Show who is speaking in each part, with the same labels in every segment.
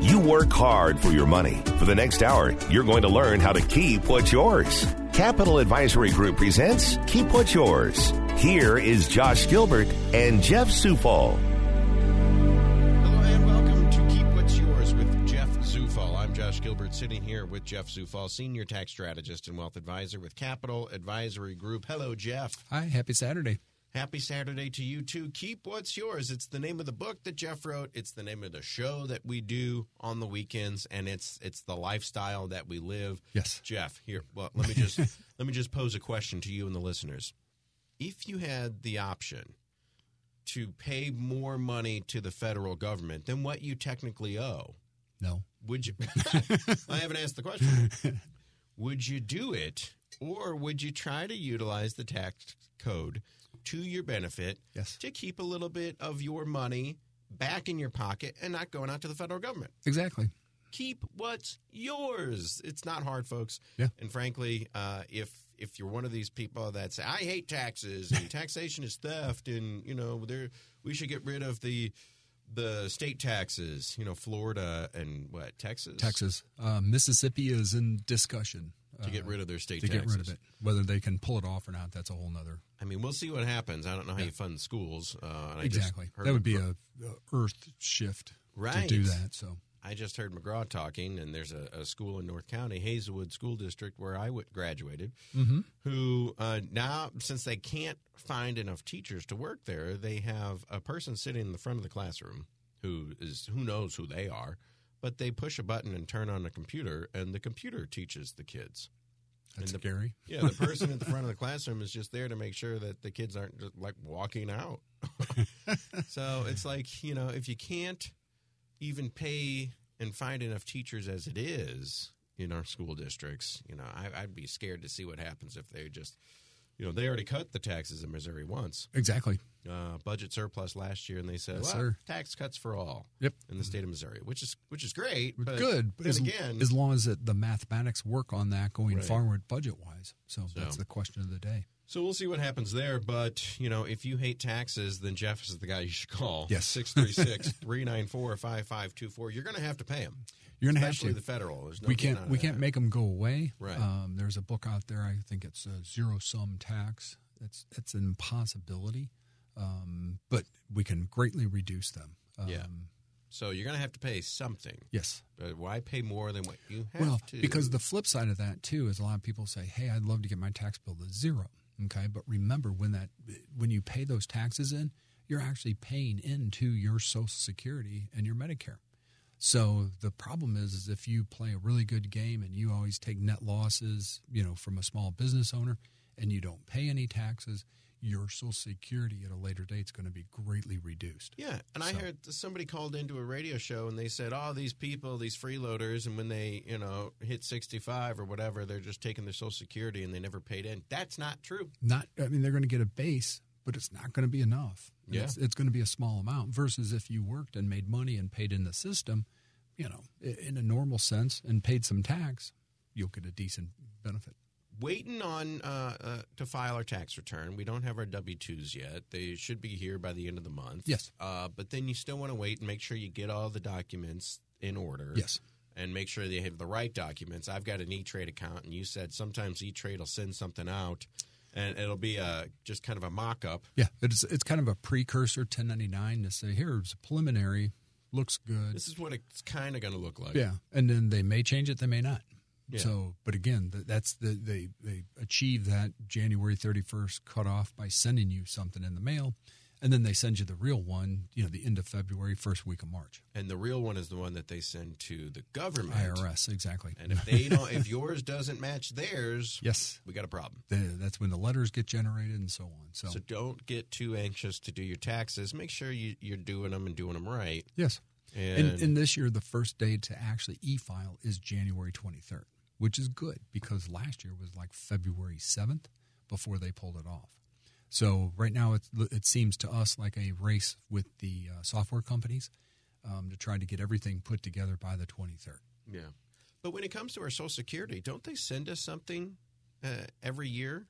Speaker 1: You work hard for your money. For the next hour, you're going to learn how to keep what's yours. Capital Advisory Group presents Keep What's Yours. Here is Josh Gilbert and Jeff Sufol.
Speaker 2: Hello and welcome to Keep What's Yours with Jeff Zufall. I'm Josh Gilbert, sitting here with Jeff Zufall, Senior Tax Strategist and Wealth Advisor with Capital Advisory Group. Hello, Jeff.
Speaker 3: Hi, happy Saturday.
Speaker 2: Happy Saturday to you too. Keep What's Yours. It's the name of the book that Jeff wrote. It's the name of the show that we do on the weekends, and it's it's the lifestyle that we live.
Speaker 3: Yes.
Speaker 2: Jeff, here. Well, let me just let me just pose a question to you and the listeners. If you had the option to pay more money to the federal government than what you technically owe,
Speaker 3: No.
Speaker 2: would you I haven't asked the question. Would you do it or would you try to utilize the tax code to your benefit
Speaker 3: Yes.
Speaker 2: to keep a little bit of your money back in your pocket and not going out to the federal government?
Speaker 3: Exactly.
Speaker 2: Keep what's yours. It's not hard, folks.
Speaker 3: Yeah.
Speaker 2: And frankly, uh, if if you're one of these people that say I hate taxes and taxation is theft and you know there we should get rid of the the state taxes, you know, Florida and what Texas,
Speaker 3: Texas. Uh, Mississippi is in discussion uh,
Speaker 2: to get rid of their state
Speaker 3: to get
Speaker 2: taxes.
Speaker 3: rid of it. Whether they can pull it off or not, that's a whole nother.
Speaker 2: I mean, we'll see what happens. I don't know how you fund schools. Uh, and I just
Speaker 3: Exactly.
Speaker 2: heard
Speaker 3: That would be
Speaker 2: McGraw-
Speaker 3: a, a earth shift
Speaker 2: Right.
Speaker 3: to do that. So
Speaker 2: I just heard McGraw talking, and there's a, a school in North County, Hazelwood School District, where I w- graduated, who uh, now, since they can't find enough teachers to work there, they have a person sitting in the front of the classroom who is who knows who they are, but they push a button and turn on a computer, and the computer teaches the kids.
Speaker 3: that's
Speaker 2: And the-
Speaker 3: scary.
Speaker 2: Yeah, the person at the front of the classroom is just there to make sure that the kids aren't just like walking out. so it's like, you know, if you can't even pay and find enough teachers as it is in our school districts, you know, I, I'd be scared to see what happens if they just, you know, they already cut the taxes in Missouri once,
Speaker 3: Exactly.
Speaker 2: uh, budget surplus last year, and they said,
Speaker 3: Yes,
Speaker 2: well,
Speaker 3: sir.
Speaker 2: tax cuts for all
Speaker 3: Yep.
Speaker 2: in the state of Missouri, which is which is great. But
Speaker 3: Good.
Speaker 2: But
Speaker 3: as,
Speaker 2: again,
Speaker 3: as long as it, the mathematics work on that going
Speaker 2: Right.
Speaker 3: forward budget wise. So, that's
Speaker 2: So-
Speaker 3: the question of the day.
Speaker 2: So we'll see what happens there. But, you know, if you hate taxes, then Jeff is the guy you should call.
Speaker 3: Yes.
Speaker 2: 636 394 5524. You're going to have to pay him.
Speaker 3: You're going to have
Speaker 2: Especially
Speaker 3: to.
Speaker 2: the federal. There's no
Speaker 3: we
Speaker 2: getting out
Speaker 3: can't
Speaker 2: of
Speaker 3: we
Speaker 2: that.
Speaker 3: can't make them go away.
Speaker 2: Right.
Speaker 3: Um, there's a book out there. I think it's a zero sum tax. It's it's an impossibility, um, but we can greatly reduce them. Um,
Speaker 2: Yeah. So you're going to have to pay something.
Speaker 3: Yes.
Speaker 2: But why pay more than what you have
Speaker 3: well,
Speaker 2: to?
Speaker 3: because the flip side of that too is a lot of people say, "Hey, I'd love to get my tax bill to zero. Okay, but remember when that when you pay those taxes in, you're actually paying into your Social Security and your Medicare. So the problem is, is if you play a really good game and you always take net losses, you know, from a small business owner, and you don't pay any taxes, your Social Security at a later date is going to be greatly reduced.
Speaker 2: Yeah, and I
Speaker 3: So-
Speaker 2: heard that somebody called into a radio show and they said, "Oh, these people, these freeloaders, and when they, you know, hit sixty-five or whatever, they're just taking their Social Security and they never paid in." That's not true.
Speaker 3: not i mean they're going to get a base but it's not going to be enough And
Speaker 2: Yeah.
Speaker 3: it's, it's going to be a small amount versus if you worked and made money and paid in the system you know i- in a normal sense and paid some tax you'll get a decent benefit
Speaker 2: waiting on uh, uh, to file our tax return. We don't have our W twos yet. They should be here by the end of the month.
Speaker 3: Yes.
Speaker 2: Uh, but then you still want to wait and make sure you get all the documents in order.
Speaker 3: yes
Speaker 2: And make sure they have the right documents. I've got an E Trade account, and you said sometimes E Trade will send something out, and it'll be a just kind of a mock up.
Speaker 3: yeah it's it's kind of a precursor 1099 to say here's a preliminary looks good
Speaker 2: This is what it's kind of going to look like.
Speaker 3: yeah and then they may change it they may not
Speaker 2: Yeah.
Speaker 3: so but again th- that's the they they achieve that january 31st cutoff by sending you something in the mail and then they send you the real one you know the end of february first week of march
Speaker 2: And the real one is the one that they send to the government.
Speaker 3: irs exactly
Speaker 2: And if they don't, if yours doesn't match theirs,
Speaker 3: yes
Speaker 2: we got a problem.
Speaker 3: the, that's when the letters get generated and so on so,
Speaker 2: So don't get too anxious to do your taxes. Make sure you, you're doing them and doing them right.
Speaker 3: yes
Speaker 2: And,
Speaker 3: and, and this year the first day to actually e-file is january 23rd which is good because last year was like February 7th before they pulled it off. So right now it, it seems to us like a race with the uh, software companies um, to try to get everything put together by the 23rd.
Speaker 2: Yeah. But when it comes to our Social Security, don't they send us something uh, every year?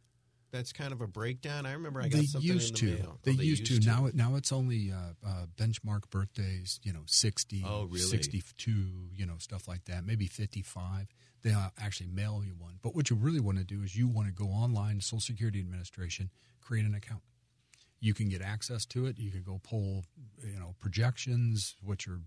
Speaker 2: That's kind of a breakdown. I remember I got
Speaker 3: they
Speaker 2: something in
Speaker 3: used
Speaker 2: the
Speaker 3: to.
Speaker 2: mail.
Speaker 3: They,
Speaker 2: Oh,
Speaker 3: used, to. Now, it, now it's only uh, uh, benchmark birthdays. You know, 60,
Speaker 2: Oh, really?
Speaker 3: 62, You know, stuff like that. Maybe fifty-five. They uh, actually mail you one. But what you really want to do is you want to go online, Social Security Administration, create an account. You can get access to it. You can go pull, you know, projections, what your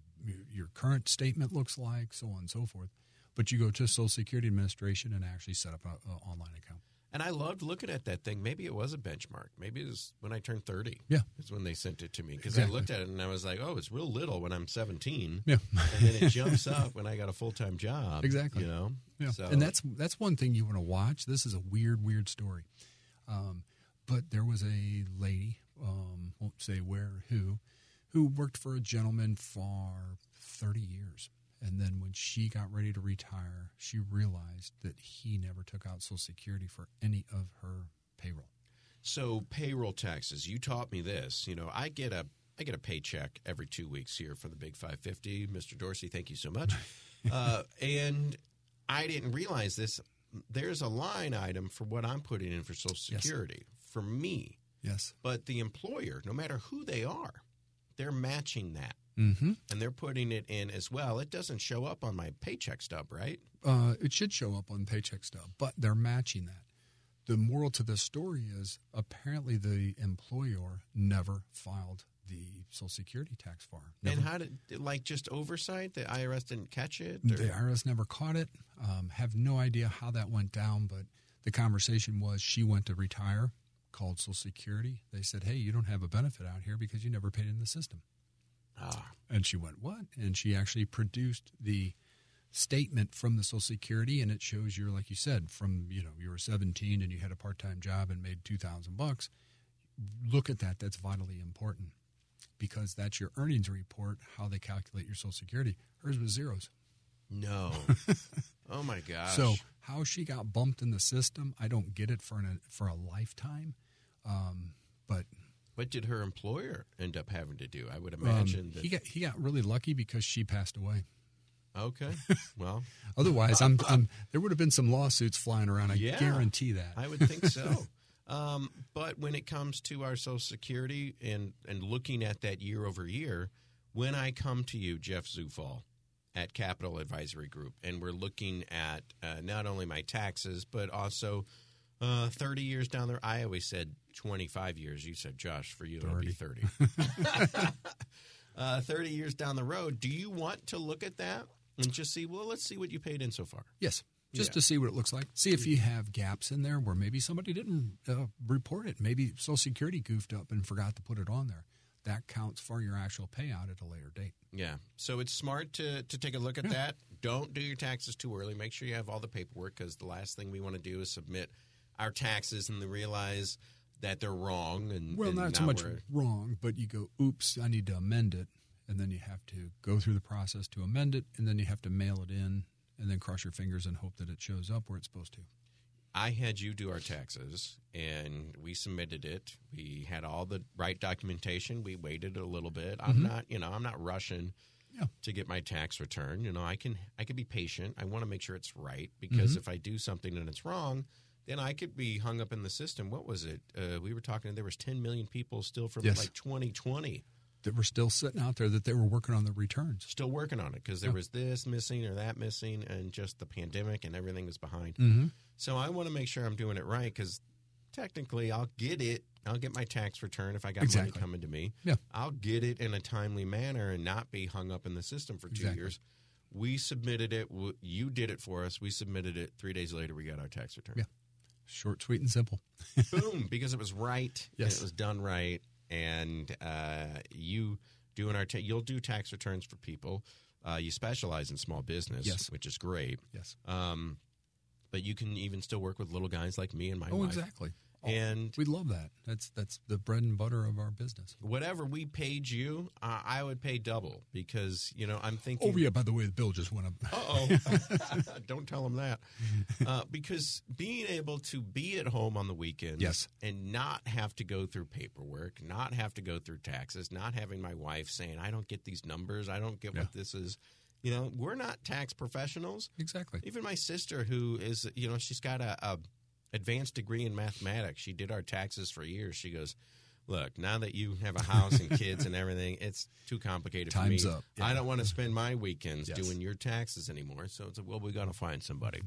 Speaker 3: your current statement looks like, so on and so forth. But you go to Social Security Administration and actually set up an online account.
Speaker 2: And I loved looking at that thing. Maybe it was a benchmark. Maybe it was when I turned 30.
Speaker 3: Yeah.
Speaker 2: Is when they sent it to me. Because
Speaker 3: Exactly.
Speaker 2: I looked at it and I was like, oh, it's real little when I'm 17.
Speaker 3: Yeah.
Speaker 2: and then it jumps up when I got a full time job.
Speaker 3: Exactly.
Speaker 2: You know?
Speaker 3: Yeah.
Speaker 2: So,
Speaker 3: and that's that's one thing you want to watch. This is a weird, weird story. Um, but there was a lady, um, won't say where, who, who worked for a gentleman for 30 years. And then when she got ready to retire, she realized that he never took out Social Security for any of her payroll.
Speaker 2: so payroll taxes. You taught me this. You know, I get a I get a paycheck every two weeks here for the Big Five Fifty, Mr. Dorsey. Thank you so much. uh, and I didn't realize this. There's a line item for what I'm putting in for Social
Speaker 3: Yes.
Speaker 2: Security for me,
Speaker 3: Yes.
Speaker 2: but the employer, no matter who they are, they're matching that
Speaker 3: Mm-hmm.
Speaker 2: and they're putting it in as well. It doesn't show up on my paycheck stub, right?
Speaker 3: uh, it should show up on paycheck stub, but they're matching that. The moral to this story is apparently the employer never filed the Social Security tax form. Never,
Speaker 2: And how did like just oversight? The IRS didn't catch it. or-
Speaker 3: the IRS never caught it. Um, have no idea how that went down, but the conversation was she went to retire, called Social Security. They said, "Hey, you don't have a benefit out here because you never paid in the system."
Speaker 2: Ah,
Speaker 3: And she went, What? And she actually produced the statement from the Social Security and it shows you're like you said, from you know, you were seventeen and you had a part time job and made two thousand bucks. Look at that. That's vitally important because that's your earnings report, how they calculate your Social Security. Hers was zeros.
Speaker 2: no. oh my gosh.
Speaker 3: So how she got bumped in the system, I don't get it for an, for a lifetime. Um, but
Speaker 2: what did her employer end up having to do? I would imagine
Speaker 3: um,
Speaker 2: that.
Speaker 3: he got he got really lucky because she passed away.
Speaker 2: okay. Well,
Speaker 3: Otherwise, I'm, I'm there would have been some lawsuits flying around. I
Speaker 2: Yeah.
Speaker 3: guarantee that.
Speaker 2: I would think so. Um, but when it comes to our Social Security and and looking at that year over year, when I come to you, Jeff Zufall, at Capital Advisory Group, and we're looking at uh, not only my taxes but also. Uh, 30 years down there. I always said 25 years. You said, Josh, for you, it'll be 30. uh, 30 years down the road, do you want to look at that and just see, well, let's see what you paid in so far?
Speaker 3: yes, just
Speaker 2: Yeah.
Speaker 3: to see what it looks like. See if you have gaps in there where maybe somebody didn't uh, report it. Maybe Social Security goofed up and forgot to put it on there. That counts for your actual payout at a later date.
Speaker 2: Yeah. So it's smart to, to take a look at that. Don't do your taxes too early. Make sure you have all the paperwork because the last thing we want to do is submit our taxes and then realize that they're wrong. And
Speaker 3: Well,
Speaker 2: and
Speaker 3: not so
Speaker 2: now
Speaker 3: much
Speaker 2: we're-
Speaker 3: wrong, but you go, oops, I need to amend it, and then you have to go through the process to amend it, and then you have to mail it in, and then cross your fingers and hope that it shows up where it's supposed to.
Speaker 2: I had you do our taxes and we submitted it. We had all the right documentation. We waited a little bit. I'm not, you know, I'm not rushing
Speaker 3: Mm-hmm. Yeah.
Speaker 2: to get my tax return. You know, I can I can be patient. I want to make sure it's right because
Speaker 3: Mm-hmm.
Speaker 2: if I do something and it's wrong, then I could be hung up in the system. What was it? Uh, we were talking there was 10 million people still from
Speaker 3: Yes.
Speaker 2: like 2020
Speaker 3: That were still sitting out there that they were working on the returns.
Speaker 2: still working on it because there was this missing or that missing and just the pandemic and everything was behind.
Speaker 3: Mm-hmm.
Speaker 2: So I want to make sure I'm doing it right because technically I'll get it. I'll get my tax return if I got
Speaker 3: Exactly.
Speaker 2: money coming to me.
Speaker 3: Yeah.
Speaker 2: I'll get it in a timely manner and not be hung up in the system for two
Speaker 3: Exactly.
Speaker 2: years. We submitted it. W- You did it for us. We submitted it. Three days later, we got our tax return.
Speaker 3: Yeah. Short, sweet, and simple.
Speaker 2: Boom! Because it was right. and
Speaker 3: Yes.
Speaker 2: it was done right. And uh, you doing our ta- you'll do tax returns for people. Uh, you specialize in small business,
Speaker 3: Yes.
Speaker 2: which is great.
Speaker 3: Yes.
Speaker 2: Um, but you can even still work with little guys like me and my
Speaker 3: oh,
Speaker 2: wife.
Speaker 3: exactly.
Speaker 2: and
Speaker 3: we love that. That's that's the bread and butter of our business.
Speaker 2: whatever we paid you, uh, I would pay double because you know I'm thinking.
Speaker 3: Oh yeah. By the way, the bill just went up.
Speaker 2: Uh oh. Don't tell them that. Uh, because being able to be at home on the weekends
Speaker 3: Yes.
Speaker 2: and not have to go through paperwork, not have to go through taxes, not having my wife saying, I don't get these numbers, I don't get what this is. You know, we're not tax professionals.
Speaker 3: Exactly.
Speaker 2: Even my sister, who is, you know, she's got a, a advanced degree in mathematics. She did our taxes for years. She goes, "Look, now that you have a house and kids and everything, it's too complicated
Speaker 3: Time's
Speaker 2: for me.
Speaker 3: up.
Speaker 2: I don't want to spend my weekends
Speaker 3: Yes.
Speaker 2: doing your taxes anymore." So it's like, "Well, we got to find somebody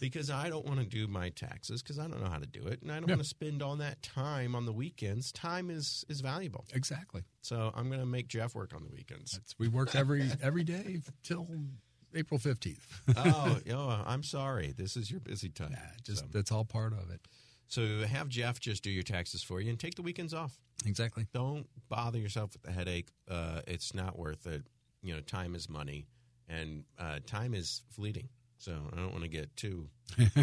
Speaker 2: because I don't want to do my taxes because I don't know how to do it, and I don't want to spend all that time on the weekends. Time is is valuable,
Speaker 3: Exactly.
Speaker 2: so I'm going to make Jeff work on the weekends."
Speaker 3: That's, we worked every every day till April fifteenth.
Speaker 2: oh, oh, I'm sorry. This is your busy time.
Speaker 3: just
Speaker 2: So-
Speaker 3: that's all part of it.
Speaker 2: So have Jeff just do your taxes for you and take the weekends off.
Speaker 3: Exactly.
Speaker 2: Don't bother yourself with the headache. Uh, it's not worth it. You know, time is money, and uh, time is fleeting. So I don't want to get too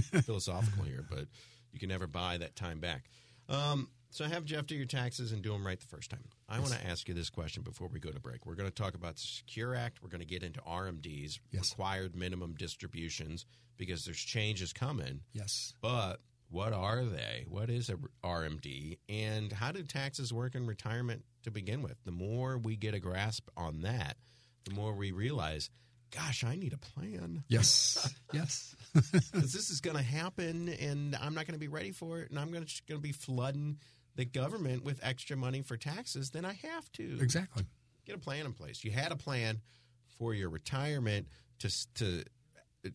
Speaker 2: philosophical here, but you can never buy that time back. Um, so have Jeff do your taxes and do them right the first time. I want to ask you this question before we go to break. We're going to talk about the Secure Act. We're going to get into RMDs,
Speaker 3: Yes.
Speaker 2: required minimum distributions, because there's changes coming
Speaker 3: Yes.
Speaker 2: but what are they? What is a RMD? And how do taxes work in retirement to begin with? The more we get a grasp on that, the more we realize, gosh, I need a plan.
Speaker 3: Yes. yes.
Speaker 2: 'Cause this is going to happen and I'm not going to be ready for it. And I'm going to be flooding the government with extra money for taxes. Then I have to
Speaker 3: Exactly.
Speaker 2: get a plan in place. You had a plan for your retirement to s- to uh,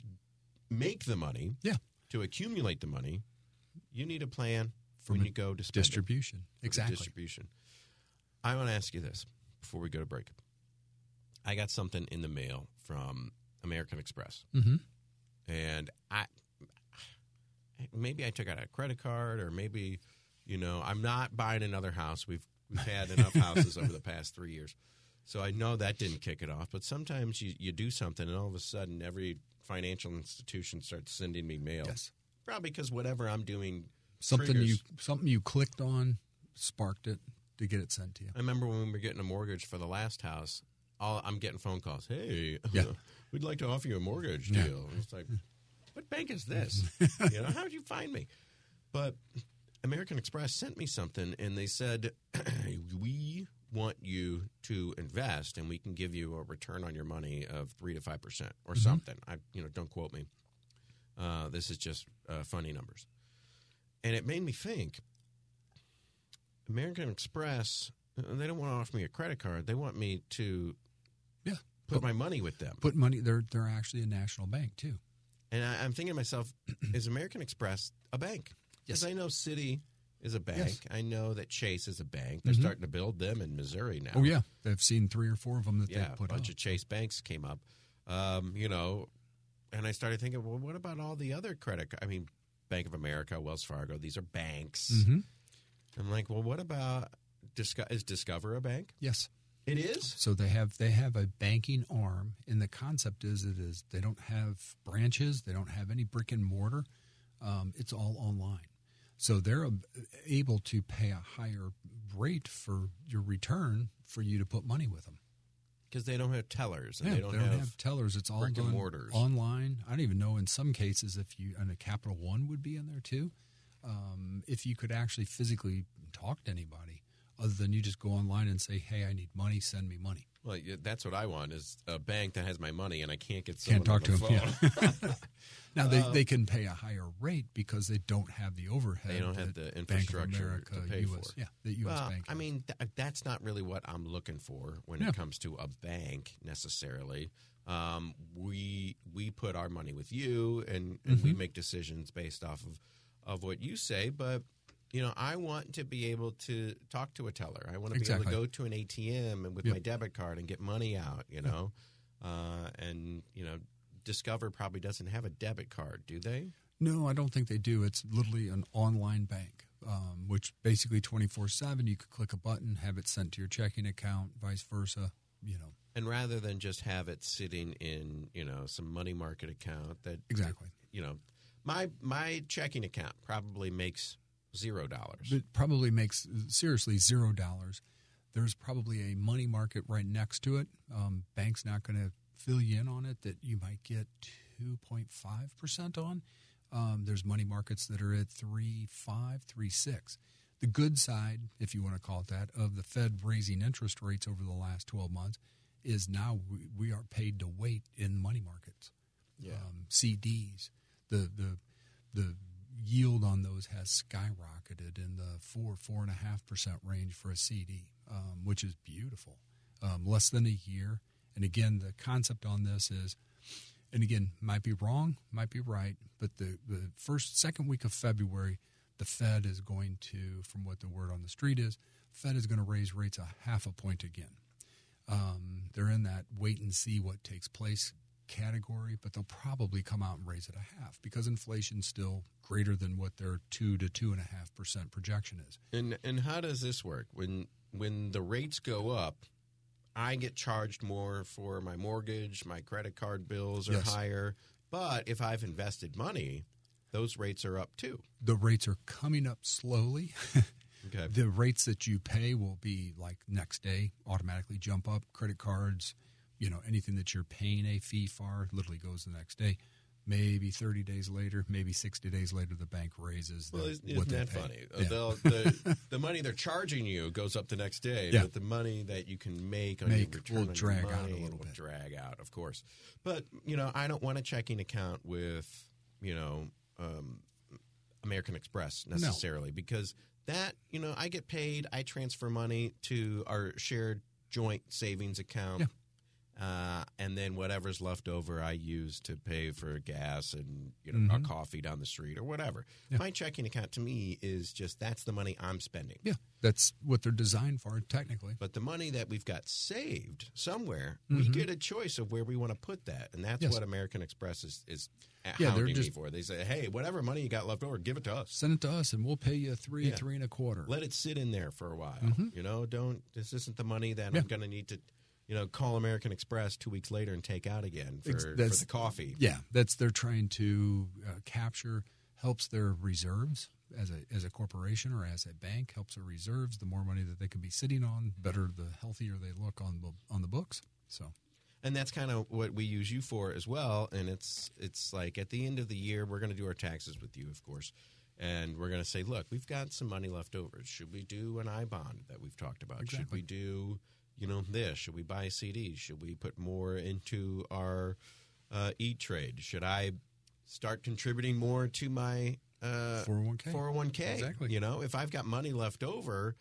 Speaker 2: make the money,
Speaker 3: Yeah.
Speaker 2: to accumulate the money. You need a plan
Speaker 3: From
Speaker 2: when
Speaker 3: a
Speaker 2: you go to spend it, for
Speaker 3: Distribution.
Speaker 2: the
Speaker 3: Exactly.
Speaker 2: distribution. I want to ask you this before we go to break. I got something in the mail from American Express,
Speaker 3: mm-hmm.
Speaker 2: and I maybe I took out a credit card, or maybe you know I'm not buying another house. We've we've had enough houses over the past three years, so I know that didn't kick it off. But sometimes you you do something, and all of a sudden every financial institution starts sending me mail.
Speaker 3: Yes.
Speaker 2: Probably because whatever I'm doing,
Speaker 3: Something
Speaker 2: triggers.
Speaker 3: you something you clicked on sparked it to get it sent to you.
Speaker 2: I remember when we were getting a mortgage for the last house, all, I'm getting phone calls. Hey,
Speaker 3: Yeah.
Speaker 2: we'd like to offer you a mortgage deal.
Speaker 3: Yeah.
Speaker 2: It's like, what bank is this? you know, how did you find me? But American Express sent me something, and they said, we want you to invest, and we can give you a return on your money of three to five percent or
Speaker 3: Mm-hmm.
Speaker 2: something. I, you know, don't quote me. Uh, this is just uh, funny numbers, and it made me think. American Express, uh, they don't want to offer me a credit card. They want me to
Speaker 3: Yeah.
Speaker 2: put my money with them.
Speaker 3: Put money. They're they're actually a national bank too.
Speaker 2: And I, I'm thinking to myself, is American Express a bank? Because
Speaker 3: Yes.
Speaker 2: I know Citi is a bank.
Speaker 3: Yes. Mm-hmm.
Speaker 2: I know that Chase is a bank. They're starting to build them in Missouri now.
Speaker 3: Oh yeah, I've seen three or four of them that
Speaker 2: Yeah,
Speaker 3: they
Speaker 2: a
Speaker 3: put
Speaker 2: bunch
Speaker 3: up.
Speaker 2: of Chase banks came up. Um, you know, and I started thinking, well, what about all the other credit? ca- I mean, Bank of America, Wells Fargo, these are banks.
Speaker 3: Mhm.
Speaker 2: I'm like, well, what about Disco- is Discover a bank?
Speaker 3: Yes.
Speaker 2: It is.
Speaker 3: So they have they have a banking arm, and the concept is it is they don't have branches, they don't have any brick and mortar. Um, it's all online, so they're ab- able to pay a higher rate for your return for you to put money with them.
Speaker 2: because they don't have tellers and
Speaker 3: yeah,
Speaker 2: they don't, have,
Speaker 3: tellers. It's all
Speaker 2: brick and
Speaker 3: done
Speaker 2: mortars.
Speaker 3: online. I don't even know in some cases if you and a Capital One would be in there too. Um, if you could actually physically talk to anybody, other than you just go online and say, "Hey, I need money. Send me money."
Speaker 2: well yeah, that's what i want is a bank that has my money and i can't get someone
Speaker 3: Can't talk to
Speaker 2: on the
Speaker 3: them.
Speaker 2: phone. Uh,
Speaker 3: Yeah. now they, they can pay a higher rate because they don't have the overhead.
Speaker 2: They don't have
Speaker 3: that
Speaker 2: the
Speaker 3: Bank of
Speaker 2: infrastructure
Speaker 3: America,
Speaker 2: to pay
Speaker 3: US,
Speaker 2: for.
Speaker 3: Yeah, the U.S.
Speaker 2: well,
Speaker 3: bank.
Speaker 2: i
Speaker 3: has.
Speaker 2: mean th- uh, that's not really what i'm looking for when
Speaker 3: Yeah.
Speaker 2: it comes to a bank necessarily um, we we put our money with you and, and
Speaker 3: Mm-hmm.
Speaker 2: we make decisions based off of of what you say but you know i want to be able to talk to a teller i want to be
Speaker 3: Exactly.
Speaker 2: able to go to an atm and with my debit card and get money out you know uh, and you know discover probably doesn't have a debit card do they
Speaker 3: No, I don't think they do. It's literally an online bank, um, which basically 24 7, you could click a button, have it sent to your checking account, vice versa. You know,
Speaker 2: and rather than just have it sitting in you know some money market account that
Speaker 3: exactly.
Speaker 2: you know my my checking account probably makes zero dollars.
Speaker 3: It probably makes seriously zero dollars. There's probably a money market right next to it. Um, bank's not going to fill you in on it that you might get 2.5% on. Um, there's money markets that are at 3, 5, 3, 6. The good side, if you want to call it that, of the Fed raising interest rates over the last 12 months is now we, we are paid to wait in money markets.
Speaker 2: Yeah.
Speaker 3: Um, CDs, the, the, the yield on those has skyrocketed in the 4, 4.5% range for a CD, um, which is beautiful. Um, less than a year. And again, the concept on this is, and again, might be wrong, might be right, but the, the first, second week of February, the Fed is going to, from what the word on the street is, Fed is going to raise rates a half a point again. Um, they're in that wait and see what takes place category, but they'll probably come out and raise it a half because inflation's still greater than what their two to two and a half percent projection is.
Speaker 2: And and how does this work? When when the rates go up, I get charged more for my mortgage, my credit card bills are
Speaker 3: Yes.
Speaker 2: higher. But if I've invested money, those rates are up too.
Speaker 3: The rates are coming up slowly.
Speaker 2: Okay.
Speaker 3: the rates that you pay will be like next day automatically jump up credit cards you know anything that you're paying a fee for literally goes the next day maybe 30 days later maybe 60 days later the bank raises the,
Speaker 2: Well, isn't,
Speaker 3: what
Speaker 2: isn't
Speaker 3: they
Speaker 2: that
Speaker 3: pay.
Speaker 2: funny?
Speaker 3: Yeah.
Speaker 2: They'll- The, the money they're charging you goes up the next day,
Speaker 3: Yeah.
Speaker 2: but the money that you can make on
Speaker 3: Make
Speaker 2: your return
Speaker 3: will
Speaker 2: on your
Speaker 3: drag out a
Speaker 2: money
Speaker 3: little
Speaker 2: will
Speaker 3: bit.
Speaker 2: Drag out, of course. But you know, I don't want a checking account with you know um, American Express necessarily because that you know I get paid, I transfer money to our shared joint savings account.
Speaker 3: Yeah.
Speaker 2: Uh, and then whatever's left over, I use to pay for gas and you know a
Speaker 3: Mhm.
Speaker 2: coffee down the street or whatever.
Speaker 3: Yeah.
Speaker 2: My checking account to me is just that's the money I'm spending.
Speaker 3: yeah that's what they're designed for technically
Speaker 2: But the money that we've got saved somewhere, we get a choice of where we want to put that, and that's
Speaker 3: Mm-hmm. Yes.
Speaker 2: what American Express is is
Speaker 3: they're
Speaker 2: hounding me
Speaker 3: just-
Speaker 2: for. They say, "Hey, whatever money you got left over, give it to us.
Speaker 3: send it to us and we'll pay you three
Speaker 2: Yeah.
Speaker 3: three and a quarter
Speaker 2: Let it sit in there for a while. You know, don't. This isn't the money that
Speaker 3: Mm-hmm. Yeah.
Speaker 2: I'm going to need to." You know, call American Express two weeks later and take out again for,
Speaker 3: Ex-
Speaker 2: for
Speaker 3: that's-
Speaker 2: the coffee.
Speaker 3: Yeah, that's they're trying to uh, capture helps their reserves as a as a corporation or as a bank helps their reserves. The more money that they can be sitting on, better the healthier they look on the on the books. So
Speaker 2: and that's kind of what we use you for as well and it's it's like at the end of the year we're going to do our taxes with you of course and we're going to say look we've got some money left over should we do an i bond that we've talked about should
Speaker 3: Exactly.
Speaker 2: we do you know this should we buy cds should we put more into our uh, e-trade should i start contributing more to my uh,
Speaker 3: 401k.
Speaker 2: 401k
Speaker 3: Exactly.
Speaker 2: you know if i've got money left over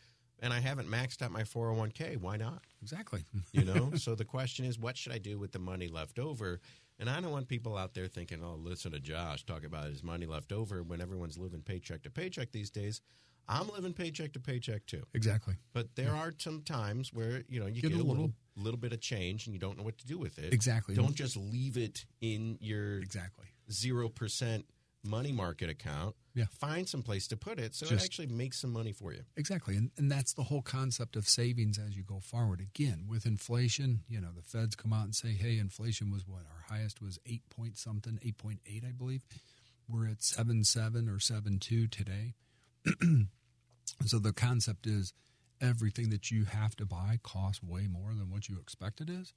Speaker 2: and i haven't maxed out my 401k why not
Speaker 3: exactly.
Speaker 2: you know so the question is what should i do with the money left over and i don't want people out there thinking oh listen to josh talk about his money left over when everyone's living paycheck to paycheck these days i'm living paycheck to paycheck too
Speaker 3: Exactly.
Speaker 2: but there are some times where you know you get, a little little bit of change and you don't know what to do with it
Speaker 3: Exactly.
Speaker 2: don't just leave it in your
Speaker 3: Exactly.
Speaker 2: zero percent money market account
Speaker 3: Yeah.
Speaker 2: find some place to put it so it
Speaker 3: Just-
Speaker 2: actually makes some money for you
Speaker 3: Exactly. And, and that's the whole concept of savings as you go forward. Again, with inflation, you know, the feds come out and say, hey, inflation was what? Our highest was 8 point something, 8.8, I believe. We're at 7.7 or 7.2 today. so the concept is everything that you have to buy costs way more than what you expect it is.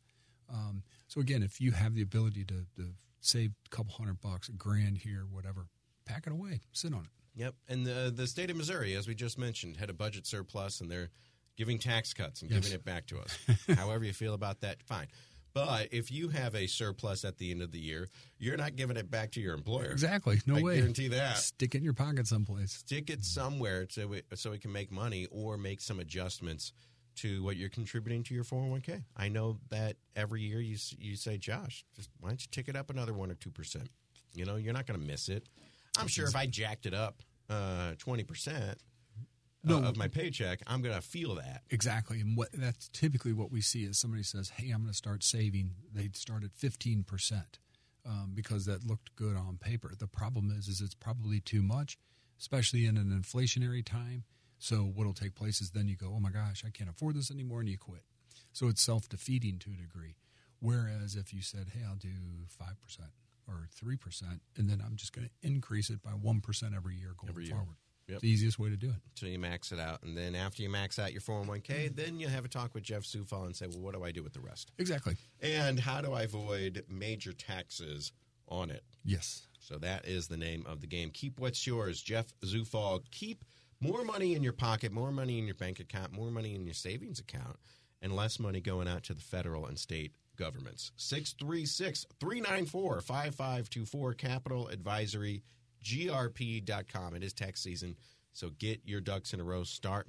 Speaker 3: Um, so again, if you have the ability to, to save a couple hundred bucks, a grand here, whatever, pack it away, sit on it.
Speaker 2: Yep. And the the state of Missouri, as we just mentioned, had a budget surplus and they're giving tax cuts and
Speaker 3: Yes.
Speaker 2: giving it back to us. However you feel about that, fine. But if you have a surplus at the end of the year, you're not giving it back to your employer.
Speaker 3: Exactly. No
Speaker 2: I
Speaker 3: way.
Speaker 2: guarantee that.
Speaker 3: Stick it in your pocket someplace.
Speaker 2: Stick it somewhere so it, so it can make money or make some adjustments to what you're contributing to your 401k. I know that every year you s- you say, Josh, just why don't you tick it up another one or two percent? You know, you're not going to miss it. I'm sure if I jacked it up uh, twenty percent uh,
Speaker 3: No.
Speaker 2: of my paycheck, I'm going to feel that.
Speaker 3: Exactly. And what that's typically what we see is somebody says, Hey, I'm going to start saving. They start at 15% um, because that looked good on paper. The problem is, is it's probably too much, especially in an inflationary time. So what'll take place is then you go, Oh my gosh, I can't afford this anymore. And you quit. So it's self defeating to a degree. Whereas if you said, Hey, I'll do 5% or 3%, and then I'm just going to increase it by 1% every year going
Speaker 2: Every year.
Speaker 3: forward.
Speaker 2: Yep.
Speaker 3: It's the easiest way to do it.
Speaker 2: until you max it out. And then after you max out your 401k, then you have a talk with Jeff Sufal and say, well, what do I do with the rest?
Speaker 3: Exactly.
Speaker 2: And how do I avoid major taxes on it?
Speaker 3: Yes.
Speaker 2: So that is the name of the game. Keep what's yours, Jeff Zufall. Keep more money in your pocket, more money in your bank account, more money in your savings account, and less money going out to the federal and state governments. 636 394 5524 Capital Advisory GRP.com. It is tax season, so get your ducks in a row. Start.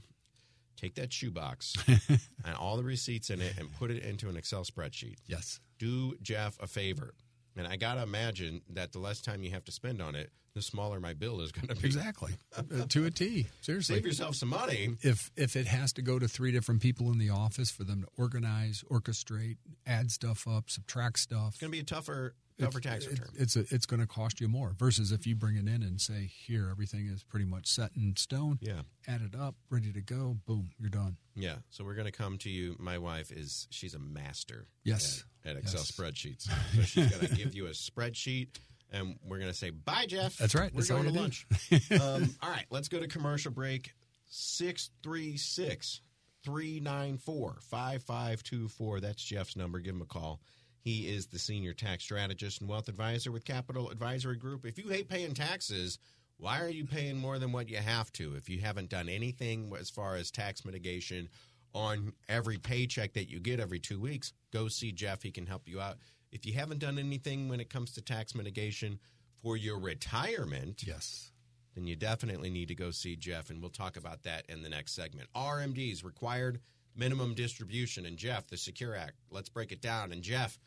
Speaker 2: Take that shoebox and all the receipts in it and put it into an Excel spreadsheet
Speaker 3: Yes.
Speaker 2: do Jeff a favor. And I got to imagine that the less time you have to spend on it, the smaller my bill is going to be.
Speaker 3: Exactly. Uh, to a T. Seriously.
Speaker 2: Save yourself some money.
Speaker 3: if if it has to go to three different people in the office for them to organize, orchestrate, add stuff up, subtract stuff,
Speaker 2: It's going to be a tougher, tougher tax
Speaker 3: it-
Speaker 2: return.
Speaker 3: it's a, it's going to cost you more. Versus if you bring it in and say, here everything is pretty much set in stone.
Speaker 2: Yeah.
Speaker 3: add it up, ready to go. Boom, you're done.
Speaker 2: yeah. So we're going to come to you. My wife is, she's a master
Speaker 3: Yes.
Speaker 2: at, at Excel
Speaker 3: Yes.
Speaker 2: spreadsheets. So she's going to give you a spreadsheet and we're going to say, bye, Jeff.
Speaker 3: That's right.
Speaker 2: We're
Speaker 3: That's all
Speaker 2: going to
Speaker 3: you
Speaker 2: lunch. um, all right. Let's go to commercial break. 636 394 5524. That's Jeff's number. Give him a call. He is the senior tax strategist and wealth advisor with Capital Advisory Group. If you hate paying taxes, why are you paying more than what you have to if you haven't done anything as far as tax mitigation on every paycheck that you get every two weeks? Go see Jeff. He can help you out. If you haven't done anything when it comes to tax mitigation for your retirement,
Speaker 3: Yes.
Speaker 2: then you definitely need to go see Jeff, and we'll talk about that in the next segment. RMDs, required minimum distribution, and Jeff, the Secure Act. Let's break it down. And Jeff,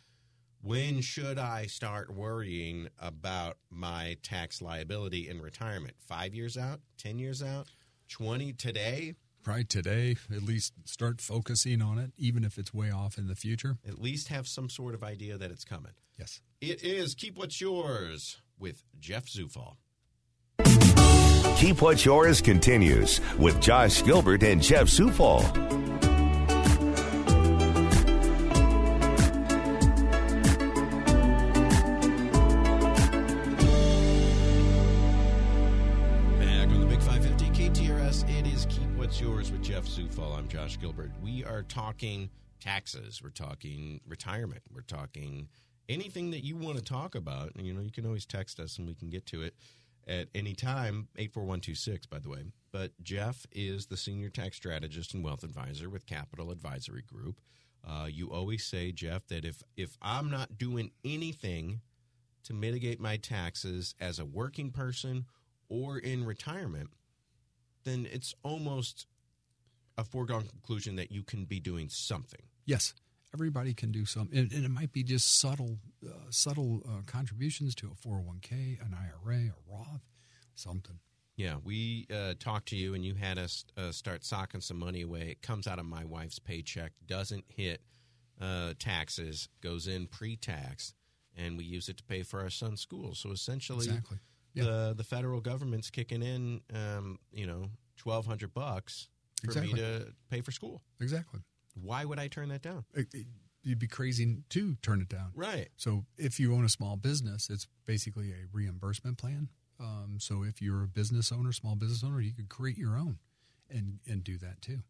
Speaker 2: when should I start worrying about my tax liability in retirement? Five years out? Ten years out? Twenty today?
Speaker 3: Probably today, at least start focusing on it, even if it's way off in the future.
Speaker 2: At least have some sort of idea that it's coming.
Speaker 3: Yes.
Speaker 2: It is Keep What's Yours with Jeff Zufall.
Speaker 1: Keep What's Yours continues with Josh Gilbert and Jeff Supal.
Speaker 2: Back on the Big 550 KTRS, it is Keep What's Yours with Jeff Zufall. I'm Josh Gilbert. We are talking taxes. We're talking retirement. We're talking anything that you want to talk about. And, you know, you can always text us and we can get to it at any time, 84126, by the way. But Jeff is the senior tax strategist and wealth advisor with Capital Advisory Group. Uh, you always say, Jeff, that if, if I'm not doing anything to mitigate my taxes as a working person or in retirement, then it's almost a foregone conclusion that you can be doing something.
Speaker 3: Yes, everybody can do some, and, and it might be just subtle, uh, subtle uh, contributions to a four hundred one k, an IRA, a Roth, something.
Speaker 2: Yeah, we uh, talked to you and you had us uh, start socking some money away. It comes out of my wife's paycheck, doesn't hit uh, taxes, goes in pre tax, and we use it to pay for our son's school. So essentially,
Speaker 3: Exactly. Yeah.
Speaker 2: the, the federal government's kicking in, um, you know, 1200 bucks for
Speaker 3: Exactly.
Speaker 2: me to pay for school.
Speaker 3: Exactly.
Speaker 2: Why would I turn that down?
Speaker 3: It, it- you'd be crazy to turn it down.
Speaker 2: Right.
Speaker 3: So if you own a small business, it's basically a reimbursement plan. Um, so if you're a business owner, small business owner, you could create your own and and do that too.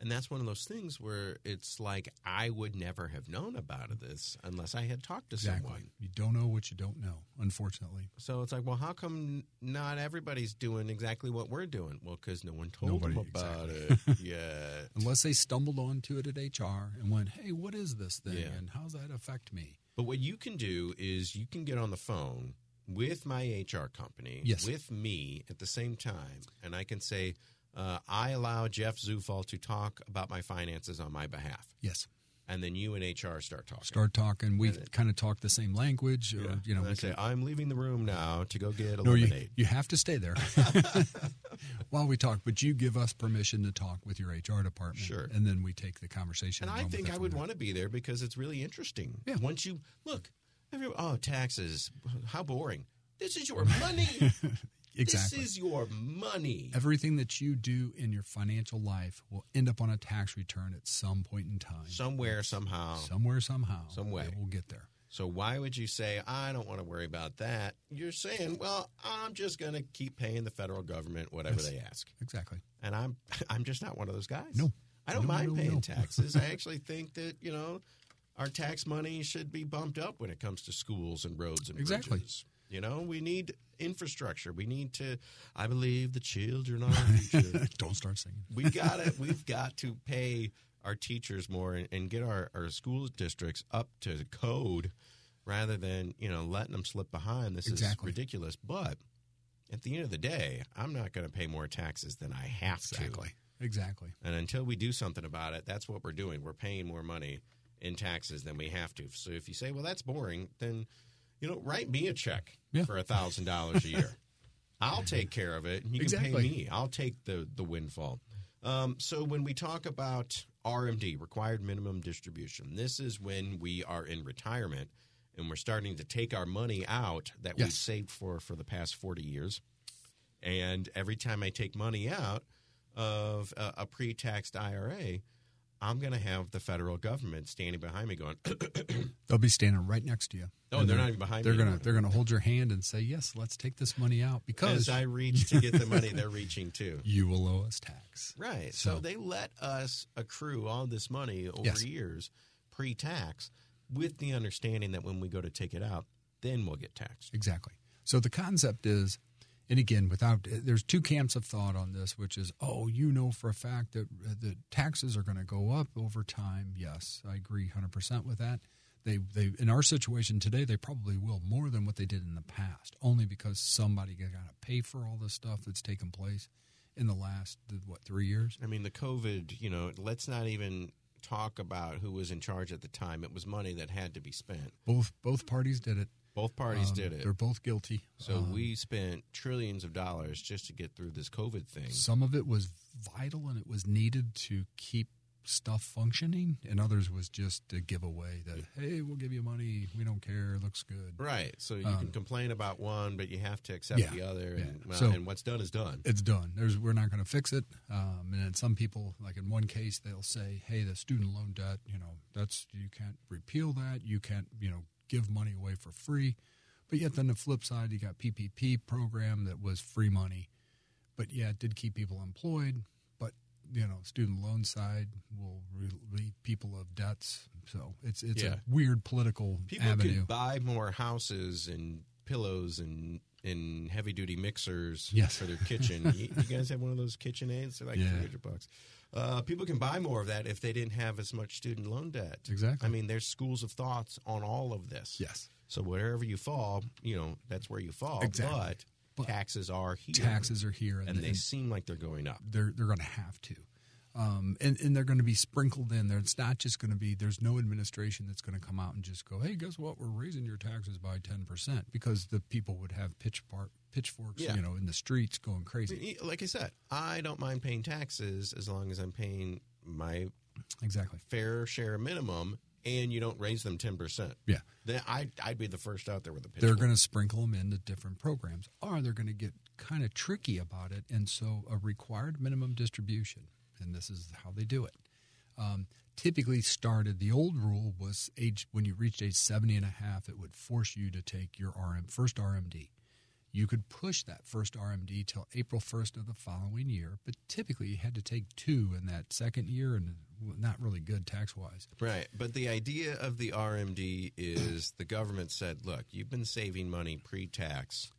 Speaker 2: And that's one of those things where it's like I would never have known about this unless I had talked to someone.
Speaker 3: You don't know what you don't know, unfortunately.
Speaker 2: So it's like, well, how come not everybody's doing exactly what we're doing? Well, because no one told
Speaker 3: Nobody-
Speaker 2: them about it yet.
Speaker 3: Unless they stumbled onto it at HR and went, "Hey, what is this thing?
Speaker 2: Yeah.
Speaker 3: And how's that affect me?"
Speaker 2: But what you can do is you can get on the phone with my HR company,
Speaker 3: Yes.
Speaker 2: with me at the same time, and I can say, uh, I allow Jeff Zufall to talk about my finances on my behalf.
Speaker 3: Yes.
Speaker 2: And then you and HR start talking.
Speaker 3: Start talking. We kind of talk the same language. Or,
Speaker 2: Yeah.
Speaker 3: You know,
Speaker 2: And I
Speaker 3: we
Speaker 2: say, I'm leaving the room now to go get a
Speaker 3: No, you,
Speaker 2: lemonade.
Speaker 3: you have to stay there while we talk, but you give us permission to talk with your HR department.
Speaker 2: Sure.
Speaker 3: And then we take the conversation.
Speaker 2: and I
Speaker 3: run with
Speaker 2: think
Speaker 3: it
Speaker 2: I
Speaker 3: from
Speaker 2: would
Speaker 3: there.
Speaker 2: want to be there because it's really interesting.
Speaker 3: Yeah.
Speaker 2: Once you look, every, oh, taxes, how boring. This is your money.
Speaker 3: Exactly.
Speaker 2: This is your money.
Speaker 3: Everything that you do in your financial life will end up on a tax return at some point in time.
Speaker 2: Somewhere, somehow.
Speaker 3: Somewhere, somehow.
Speaker 2: Some way.
Speaker 3: We'll get there.
Speaker 2: So why would you say I don't want to worry about that? You're saying, well, I'm just going to keep paying the federal government whatever
Speaker 3: Yes.
Speaker 2: they ask.
Speaker 3: Exactly.
Speaker 2: And I'm I'm just not one of those guys.
Speaker 3: No.
Speaker 2: I don't
Speaker 3: No,
Speaker 2: mind
Speaker 3: no,
Speaker 2: paying
Speaker 3: no.
Speaker 2: taxes. I actually think that, you know, our tax money should be bumped up when it comes to schools and roads and
Speaker 3: Exactly.
Speaker 2: bridges. You know, we need infrastructure. We need to I believe the children are our future.
Speaker 3: Don't start singing.
Speaker 2: we got to we've got to pay our teachers more and, and get our, our school districts up to code rather than you know letting them slip behind this
Speaker 3: Exactly.
Speaker 2: is ridiculous but at the end of the day i'm not going to pay more taxes than i have to
Speaker 3: Exactly.
Speaker 2: and until we do something about it that's what we're doing we're paying more money in taxes than we have to so if you say well that's boring then you know write me a check
Speaker 3: Yeah.
Speaker 2: for a thousand dollars a year I'll take care of it. and You can pay
Speaker 3: Exactly.
Speaker 2: me. I'll take the the windfall. Um, so when we talk about RMD, required minimum distribution, this is when we are in retirement and we're starting to take our money out that we've
Speaker 3: Yes.
Speaker 2: saved for for the past forty years. And every time I take money out of a, a pre-taxed IRA, I'm going to have the federal government standing behind me, going,
Speaker 3: They'll be standing right next to you.
Speaker 2: "Oh,
Speaker 3: And
Speaker 2: they're not even behind
Speaker 3: They're
Speaker 2: me."
Speaker 3: gonna
Speaker 2: anymore.
Speaker 3: they're gonna hold your hand and say yes. Let's take this money out
Speaker 2: As
Speaker 3: because
Speaker 2: I reach to get the money, they're reaching too.
Speaker 3: you will owe us tax.
Speaker 2: Right. So,
Speaker 3: So-
Speaker 2: they let us accrue all this money over
Speaker 3: Yes.
Speaker 2: years pre tax with the understanding that when we go to take it out, then we'll get taxed.
Speaker 3: Exactly. So the concept is, and again, without there's two camps of thought on this, which is, oh, you know for a fact that the taxes are going to go up over time. Yes, I agree 100 percent with that. They, they, in our situation today, they probably will more than what they did in the past, only because somebody got to pay for all this stuff that's taken place in the last what three years.
Speaker 2: I mean, the COVID, you know, let's not even talk about who was in charge at the time. It was money that had to be spent.
Speaker 3: Both both parties did it.
Speaker 2: Both parties
Speaker 3: Um,
Speaker 2: did it.
Speaker 3: They're both guilty.
Speaker 2: So
Speaker 3: Um,
Speaker 2: we spent trillions of dollars just to get through this COVID thing.
Speaker 3: Some of it was vital and it was needed to keep stuff functioning, and others was just to give away that, hey, we'll give you money. We don't care. It looks good.
Speaker 2: Right. So you can complain about one, but you have to accept
Speaker 3: um, Yeah.
Speaker 2: the other.
Speaker 3: Yeah.
Speaker 2: And, well,
Speaker 3: So-
Speaker 2: and what's done is done.
Speaker 3: It's done. There's, we're not going to fix it. Um, and then some people, like in one case, they'll say, hey, the student loan debt, you know, that's, you can't repeal that. You can't, you know, give money away for free. But yet then the flip side, you got PPP program that was free money. but yeah, it did keep people employed. But you know, student loan side will relieve people of debts. So it's it's
Speaker 2: Yeah.
Speaker 3: a weird political
Speaker 2: people
Speaker 3: avenue.
Speaker 2: could buy more houses and pillows and and heavy duty mixers
Speaker 3: Yes.
Speaker 2: for their kitchen. you, you guys have one of those kitchen aids? They're like
Speaker 3: Yeah.
Speaker 2: three hundred bucks. Uh, people can buy more of that if they didn't have as much student loan debt.
Speaker 3: Exactly.
Speaker 2: I mean, there's schools of thoughts on all of this.
Speaker 3: yes,
Speaker 2: So wherever you fall, you know that's where you fall.
Speaker 3: Exactly.
Speaker 2: But,
Speaker 3: But
Speaker 2: taxes are here.
Speaker 3: taxes are here, and,
Speaker 2: and they
Speaker 3: and
Speaker 2: seem like they're going up.
Speaker 3: they're they're going to have to. Um, and, and they're going to be sprinkled in there. It's not just going to be, there's no administration that's going to come out and just go, hey, guess what? We're raising your taxes by 10% because the people would have pitch par- pitchforks,
Speaker 2: Yeah.
Speaker 3: you know, in the streets going crazy.
Speaker 2: Like I said, I don't mind paying taxes as long as I'm paying my e-
Speaker 3: Exactly.
Speaker 2: fair share minimum and you don't raise them 10%.
Speaker 3: Yeah.
Speaker 2: Then I, I'd be the first out there with a pitchfork.
Speaker 3: they're going to sprinkle them into different programs or they're going to get kind of tricky about it and so a required minimum distribution and this is how they do it um, typically started the old rule was age when you reached age 70 and a half it would force you to take your RM, first rmd you could push that first rmd till april 1st of the following year but typically you had to take two in that second year and not really good tax wise
Speaker 2: Right. But the idea of the RMD is the government said, look, you've been saving money pre tax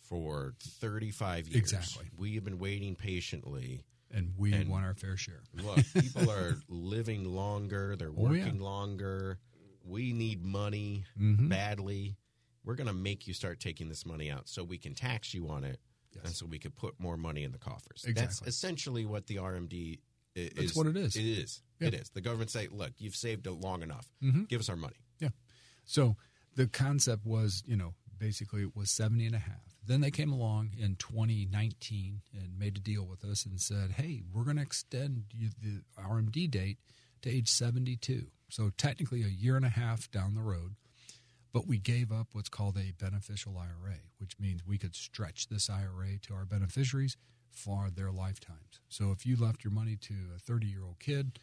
Speaker 2: for 35 years.
Speaker 3: Exactly.
Speaker 2: We have been waiting patiently.
Speaker 3: and we
Speaker 2: And-
Speaker 3: want our fair share
Speaker 2: Look, people are living longer, they're
Speaker 3: Oh, yeah.
Speaker 2: working longer. We need money
Speaker 3: Mm-hmm.
Speaker 2: badly. We're going to make you start taking this money out so we can tax you on it. And so we could put more money in the coffers. That's
Speaker 3: Exactly.
Speaker 2: essentially what the RMD i- is.
Speaker 3: That's what it is.
Speaker 2: It is.
Speaker 3: Yeah. Mm-hmm.
Speaker 2: It is. The government say, look, you've saved it long enough. Give us our money.
Speaker 3: Yeah. So the concept was, you know, basically it was 70 and a half. Then they came along in 2019 and made a deal with us and said, hey, we're going to extend you the RMD date to age 72. So technically a year and a half down the road. But we gave up what's called a beneficial IRA, which means we could stretch this IRA to our beneficiaries for their lifetimes. So if you left your money to a 30 year old kid,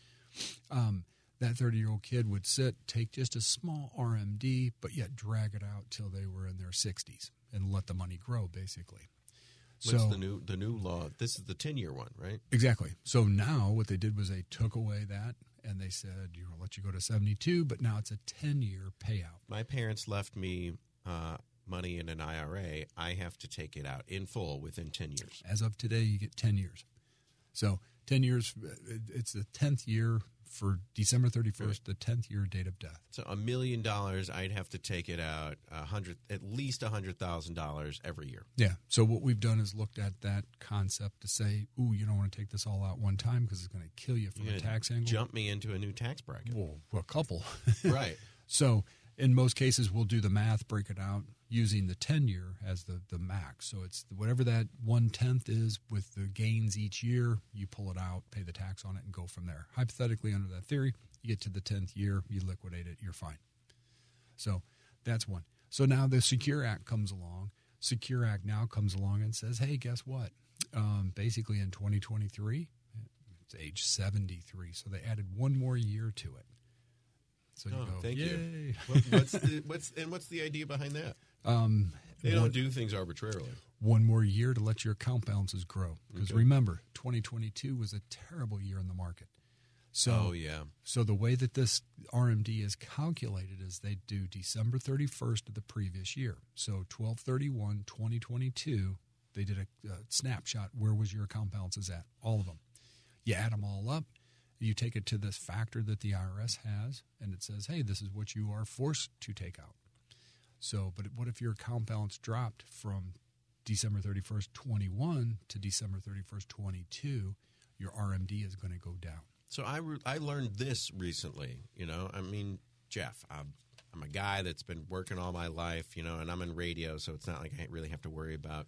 Speaker 3: um, that 30 year old kid would sit, take just a small RMD, but yet drag it out till they were in their 60s and let the money grow, basically.
Speaker 2: What's the new the new law? This is the ten year one, right?
Speaker 3: Exactly. So now what they did was they took away that and they said, you know, let you go to 72, but now it's a 10 year payout.
Speaker 2: My parents left me uh, money in an IRA. I have to take it out in full within ten years.
Speaker 3: As of today, you get 10 years. So 10 years, it- it's the 10th year for December 31st, the 10th year date of death.
Speaker 2: So a million dollars, I'd have to take it out a hundred, at least a hundred thousand dollars every year.
Speaker 3: Yeah. So what we've done is looked at that concept to say, ooh, you don't want to take this all out one time because it's going to kill you from
Speaker 2: You're
Speaker 3: a
Speaker 2: gonna
Speaker 3: tax angle.
Speaker 2: Jump me into a new tax bracket,
Speaker 3: Well, a couple.
Speaker 2: right?
Speaker 3: So in most cases, we'll do the math, break it out using the 10 year as the, the max. So it's whatever that one tenth is with the gains each year, you pull it out, pay the tax on it, and go from there. Hypothetically, under that theory, you get to the 10th year, you liquidate it, you're fine. So that's one. So now the Secure Act comes along. Secure Act now comes along and says, hey, guess what? Um, basically, in 2023, it's age 73. So they added one more year to it. So you
Speaker 2: Oh,
Speaker 3: go,
Speaker 2: thank
Speaker 3: Yay.
Speaker 2: you. What, what's the, what's and what's the idea behind that?
Speaker 3: Um,
Speaker 2: They don't
Speaker 3: one,
Speaker 2: do things arbitrarily.
Speaker 3: one more year to let your account balances grow. Because remember, 2022 was a terrible year in the market. So,
Speaker 2: Oh yeah,
Speaker 3: so the way that this RMD is calculated is they do December 31st of the previous year. So 1231 2022, they did a, a snapshot. Where was your account balances at? All of them. You add them all up. You take it to this factor that the IRS has, and it says, hey, this is what you are forced to take out. So, but what if your account balance dropped from December 31st, 21 to December 31st, 22? Your RMD is going to go down.
Speaker 2: So I re- I learned this recently. You know, I mean, Jeff, I'm I'm a guy that's been working all my life. You know, and I'm in radio, so it's not like I really have to worry about,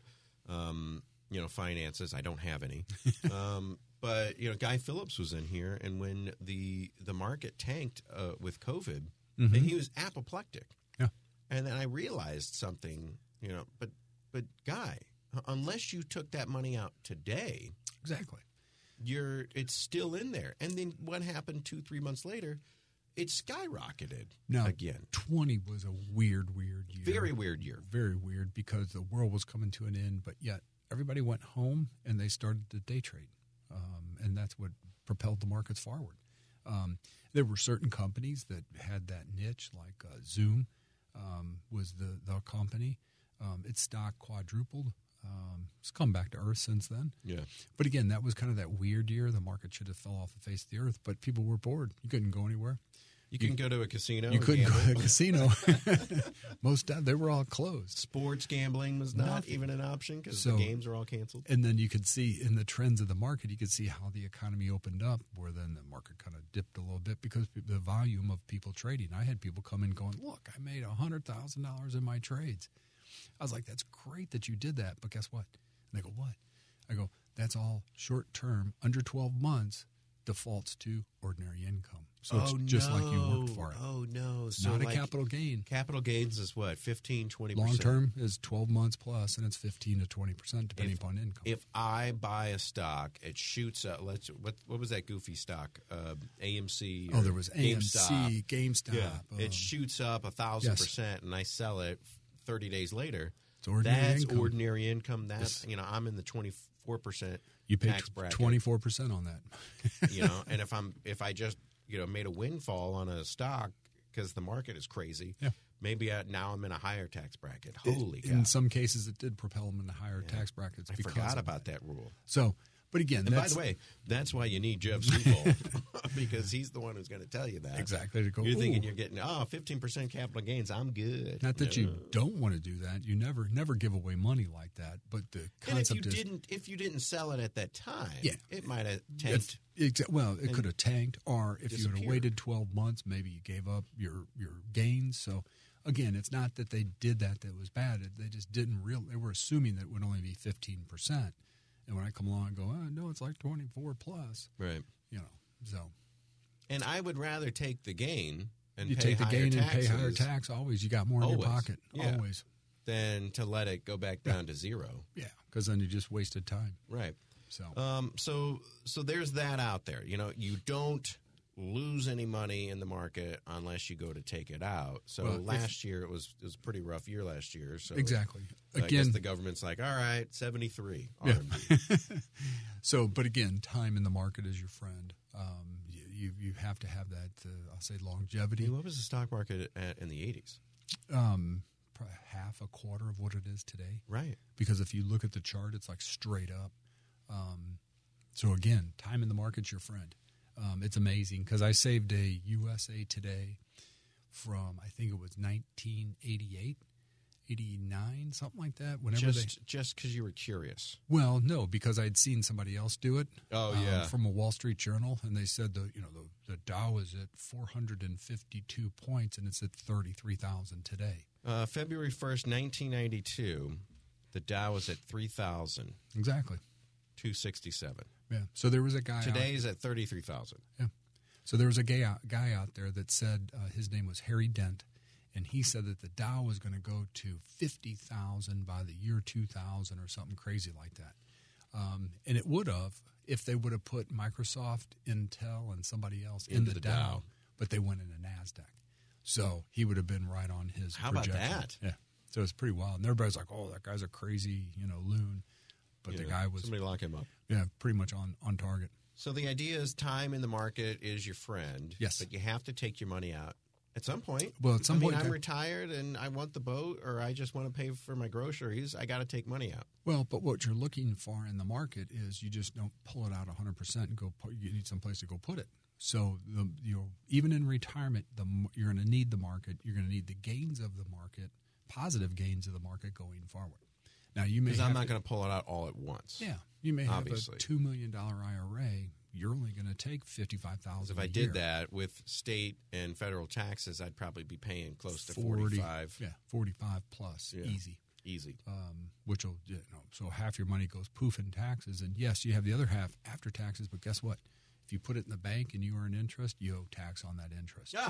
Speaker 2: um, you know, finances. I don't have any. um, but you know, Guy Phillips was in here, and when the the market tanked uh, with COVID, and he was apoplectic.
Speaker 3: Yeah.
Speaker 2: And then I realized something. You know, but but Guy, unless you took that money out today,
Speaker 3: Exactly.
Speaker 2: you're it's still in there. And then what happened two, three months later? It skyrocketed
Speaker 3: Now,
Speaker 2: again.
Speaker 3: 20 was a weird, weird year.
Speaker 2: Very weird year.
Speaker 3: Very weird because the world was coming to an end, but yet everybody went home and they started the day trade. Um, and that's what propelled the markets forward. Um, there were certain companies that had that niche, like uh, Zoom um, was the, the company. Um, its stock quadrupled. Um, it's come back to earth since then.
Speaker 2: Yeah.
Speaker 3: But again, that was kind of that weird year. The market should have fell off the face of the earth, but people were bored. You couldn't go anywhere.
Speaker 2: You can go to a casino.
Speaker 3: You
Speaker 2: and
Speaker 3: couldn't go
Speaker 2: gamble.
Speaker 3: to a casino. Most time, they were all closed.
Speaker 2: Sports gambling was not
Speaker 3: Nothing.
Speaker 2: even an option because
Speaker 3: So-
Speaker 2: the games are all canceled.
Speaker 3: And then you could see in the trends of the market, you could see how the economy opened up, where then the market kind of dipped a little bit because pe- the volume of people trading. I had people come in going, Look, I made $100,000 in my trades. I was like, That's great that you did that, but guess what? And they go, What? I go, That's all short term, under 12 months, defaults to ordinary income. So it's just like you worked
Speaker 2: Oh, no.
Speaker 3: for it.
Speaker 2: Oh no.
Speaker 3: It's
Speaker 2: So
Speaker 3: not
Speaker 2: like,
Speaker 3: a capital gain.
Speaker 2: capital gains is what, 15, 20
Speaker 3: Long term is 12 months plus, and it's 15 to 20 percent depending upon income.
Speaker 2: If I buy a stock, it shoots up. Let's what what was that goofy stock? Uh, AMC.
Speaker 3: oh,
Speaker 2: or
Speaker 3: there was
Speaker 2: GameStop.
Speaker 3: AMC, GameStop.
Speaker 2: Yeah,
Speaker 3: um,
Speaker 2: it shoots up a thousand
Speaker 3: yes.
Speaker 2: percent, and I sell it thirty days later.
Speaker 3: It's ordinary
Speaker 2: that's
Speaker 3: income.
Speaker 2: ordinary income. That's you know I'm in the twenty four percent
Speaker 3: you paid
Speaker 2: tax bracket.
Speaker 3: 24 percent on that.
Speaker 2: You know, and if I'm if I just you know made a windfall on a stock because the market is crazy,
Speaker 3: Yeah.
Speaker 2: maybe I, now I'm in a higher tax bracket. Holy cow!
Speaker 3: In some cases, it did propel them into higher tax brackets.
Speaker 2: I
Speaker 3: because
Speaker 2: forgot
Speaker 3: of
Speaker 2: about that rule.
Speaker 3: So, but again,
Speaker 2: And by
Speaker 3: that's
Speaker 2: the way, that's why you need Jeff Sewell because he's the one who's going to tell you that
Speaker 3: exactly to go.
Speaker 2: You're thinking
Speaker 3: "Ooh,
Speaker 2: you're getting oh 15% capital gains. I'm good.
Speaker 3: not that you don't want to do that. You never never give away money like that. But the
Speaker 2: And if you
Speaker 3: concept is.
Speaker 2: didn't, if you didn't sell it at that time,
Speaker 3: Yeah.
Speaker 2: it might have tanked.
Speaker 3: It's, exa- well, it could have tanked, or if you would have
Speaker 2: disappeared.
Speaker 3: waited twelve months, maybe you gave up your your gains. So, again, it's not that they did that that was bad. It- They just didn't real. They were assuming that it would only be fifteen percent, and when I come along and go, oh, no, it's like twenty four plus.
Speaker 2: Right.
Speaker 3: You know, so
Speaker 2: And I would rather take the gain and
Speaker 3: you
Speaker 2: pay
Speaker 3: take the
Speaker 2: higher
Speaker 3: gain and pay
Speaker 2: taxes
Speaker 3: higher tax. Always, you got more in your
Speaker 2: Always.
Speaker 3: pocket.
Speaker 2: Yeah.
Speaker 3: Always,
Speaker 2: than to let it go back down to zero.
Speaker 3: yeah, because then you just wasted time.
Speaker 2: Right.
Speaker 3: So
Speaker 2: Um, so so there's that out there. You know, you don't lose any money in the market unless you go to take it out. So
Speaker 3: Well, if-
Speaker 2: last year it was it was a pretty rough year last year. So
Speaker 3: exactly.
Speaker 2: I guess
Speaker 3: Again,
Speaker 2: the government's like, all right, seventy three.
Speaker 3: Yeah. so, but again, time in the market is your friend. Um, you, you you have to have that. Uh, I'll say longevity.
Speaker 2: what was the stock market at in the eighties?
Speaker 3: Um, probably half a quarter of what it is today.
Speaker 2: Right.
Speaker 3: because if you look at the chart, it's like straight up. Um, so again, time in the market's your friend. Um, it's amazing because I saved a USA Today from I think it was 1988, 89, something like that. Whenever they
Speaker 2: Just just because you were curious.
Speaker 3: well, no, because I'd seen somebody else do it. um,
Speaker 2: Oh, yeah.
Speaker 3: from a Wall Street Journal, and they said the you know the, the Dow is at 452 points and it's at 33,000 today.
Speaker 2: Uh, February first, nineteen ninety two, the Dow was at three thousand
Speaker 3: Exactly.
Speaker 2: two sixty seven.
Speaker 3: Yeah. So there was a guy out-
Speaker 2: Today's at thirty three thousand.
Speaker 3: So there was a gay out, guy out there that said uh, his name was Harry Dent, and he said that the Dow was going to go to 50,000 by the year 2000 or something crazy like that. Um, and it would have if they would have put Microsoft, Intel, and somebody else in
Speaker 2: Into
Speaker 3: the,
Speaker 2: the
Speaker 3: Dow,
Speaker 2: Dow.
Speaker 3: but they went into NASDAQ. So he would have been right on his
Speaker 2: How about
Speaker 3: projection.
Speaker 2: that?
Speaker 3: Yeah. So it's pretty wild. And everybody's like, oh, that guy's a crazy, you know, loon. But the guy was,
Speaker 2: somebody lock him up.
Speaker 3: yeah, pretty much on, on target.
Speaker 2: So the idea is time in the market is your friend.
Speaker 3: Yes.
Speaker 2: But you have to take your money out at some point.
Speaker 3: Well, at some
Speaker 2: I mean,
Speaker 3: point in
Speaker 2: I'm
Speaker 3: time-
Speaker 2: retired and I want the boat or I just want to pay for my groceries. I got to take money out.
Speaker 3: Well, but what you're looking for in the market is you just don't pull it out 100% and go put, you need someplace to go put it. So the, you know, even in retirement, the, m- you're going to need the market. You're going to need the gains of the market, positive gains of the market going forward. Now you may
Speaker 2: Because I'm
Speaker 3: have
Speaker 2: not
Speaker 3: to-
Speaker 2: going to pull it out all at once.
Speaker 3: yeah, you may
Speaker 2: Obviously.
Speaker 3: have a two million dollar IRA. You're only going to take fifty five thousand.
Speaker 2: If I did that with state and federal taxes, I'd probably be paying close to 45
Speaker 3: yeah, forty five plus,
Speaker 2: Yeah.
Speaker 3: easy.
Speaker 2: easy.
Speaker 3: um, which will you know so half your money goes poof in taxes and yes you have the other half after taxes but guess what if you put it in the bank and you earn interest you owe tax on that interest
Speaker 2: Yeah.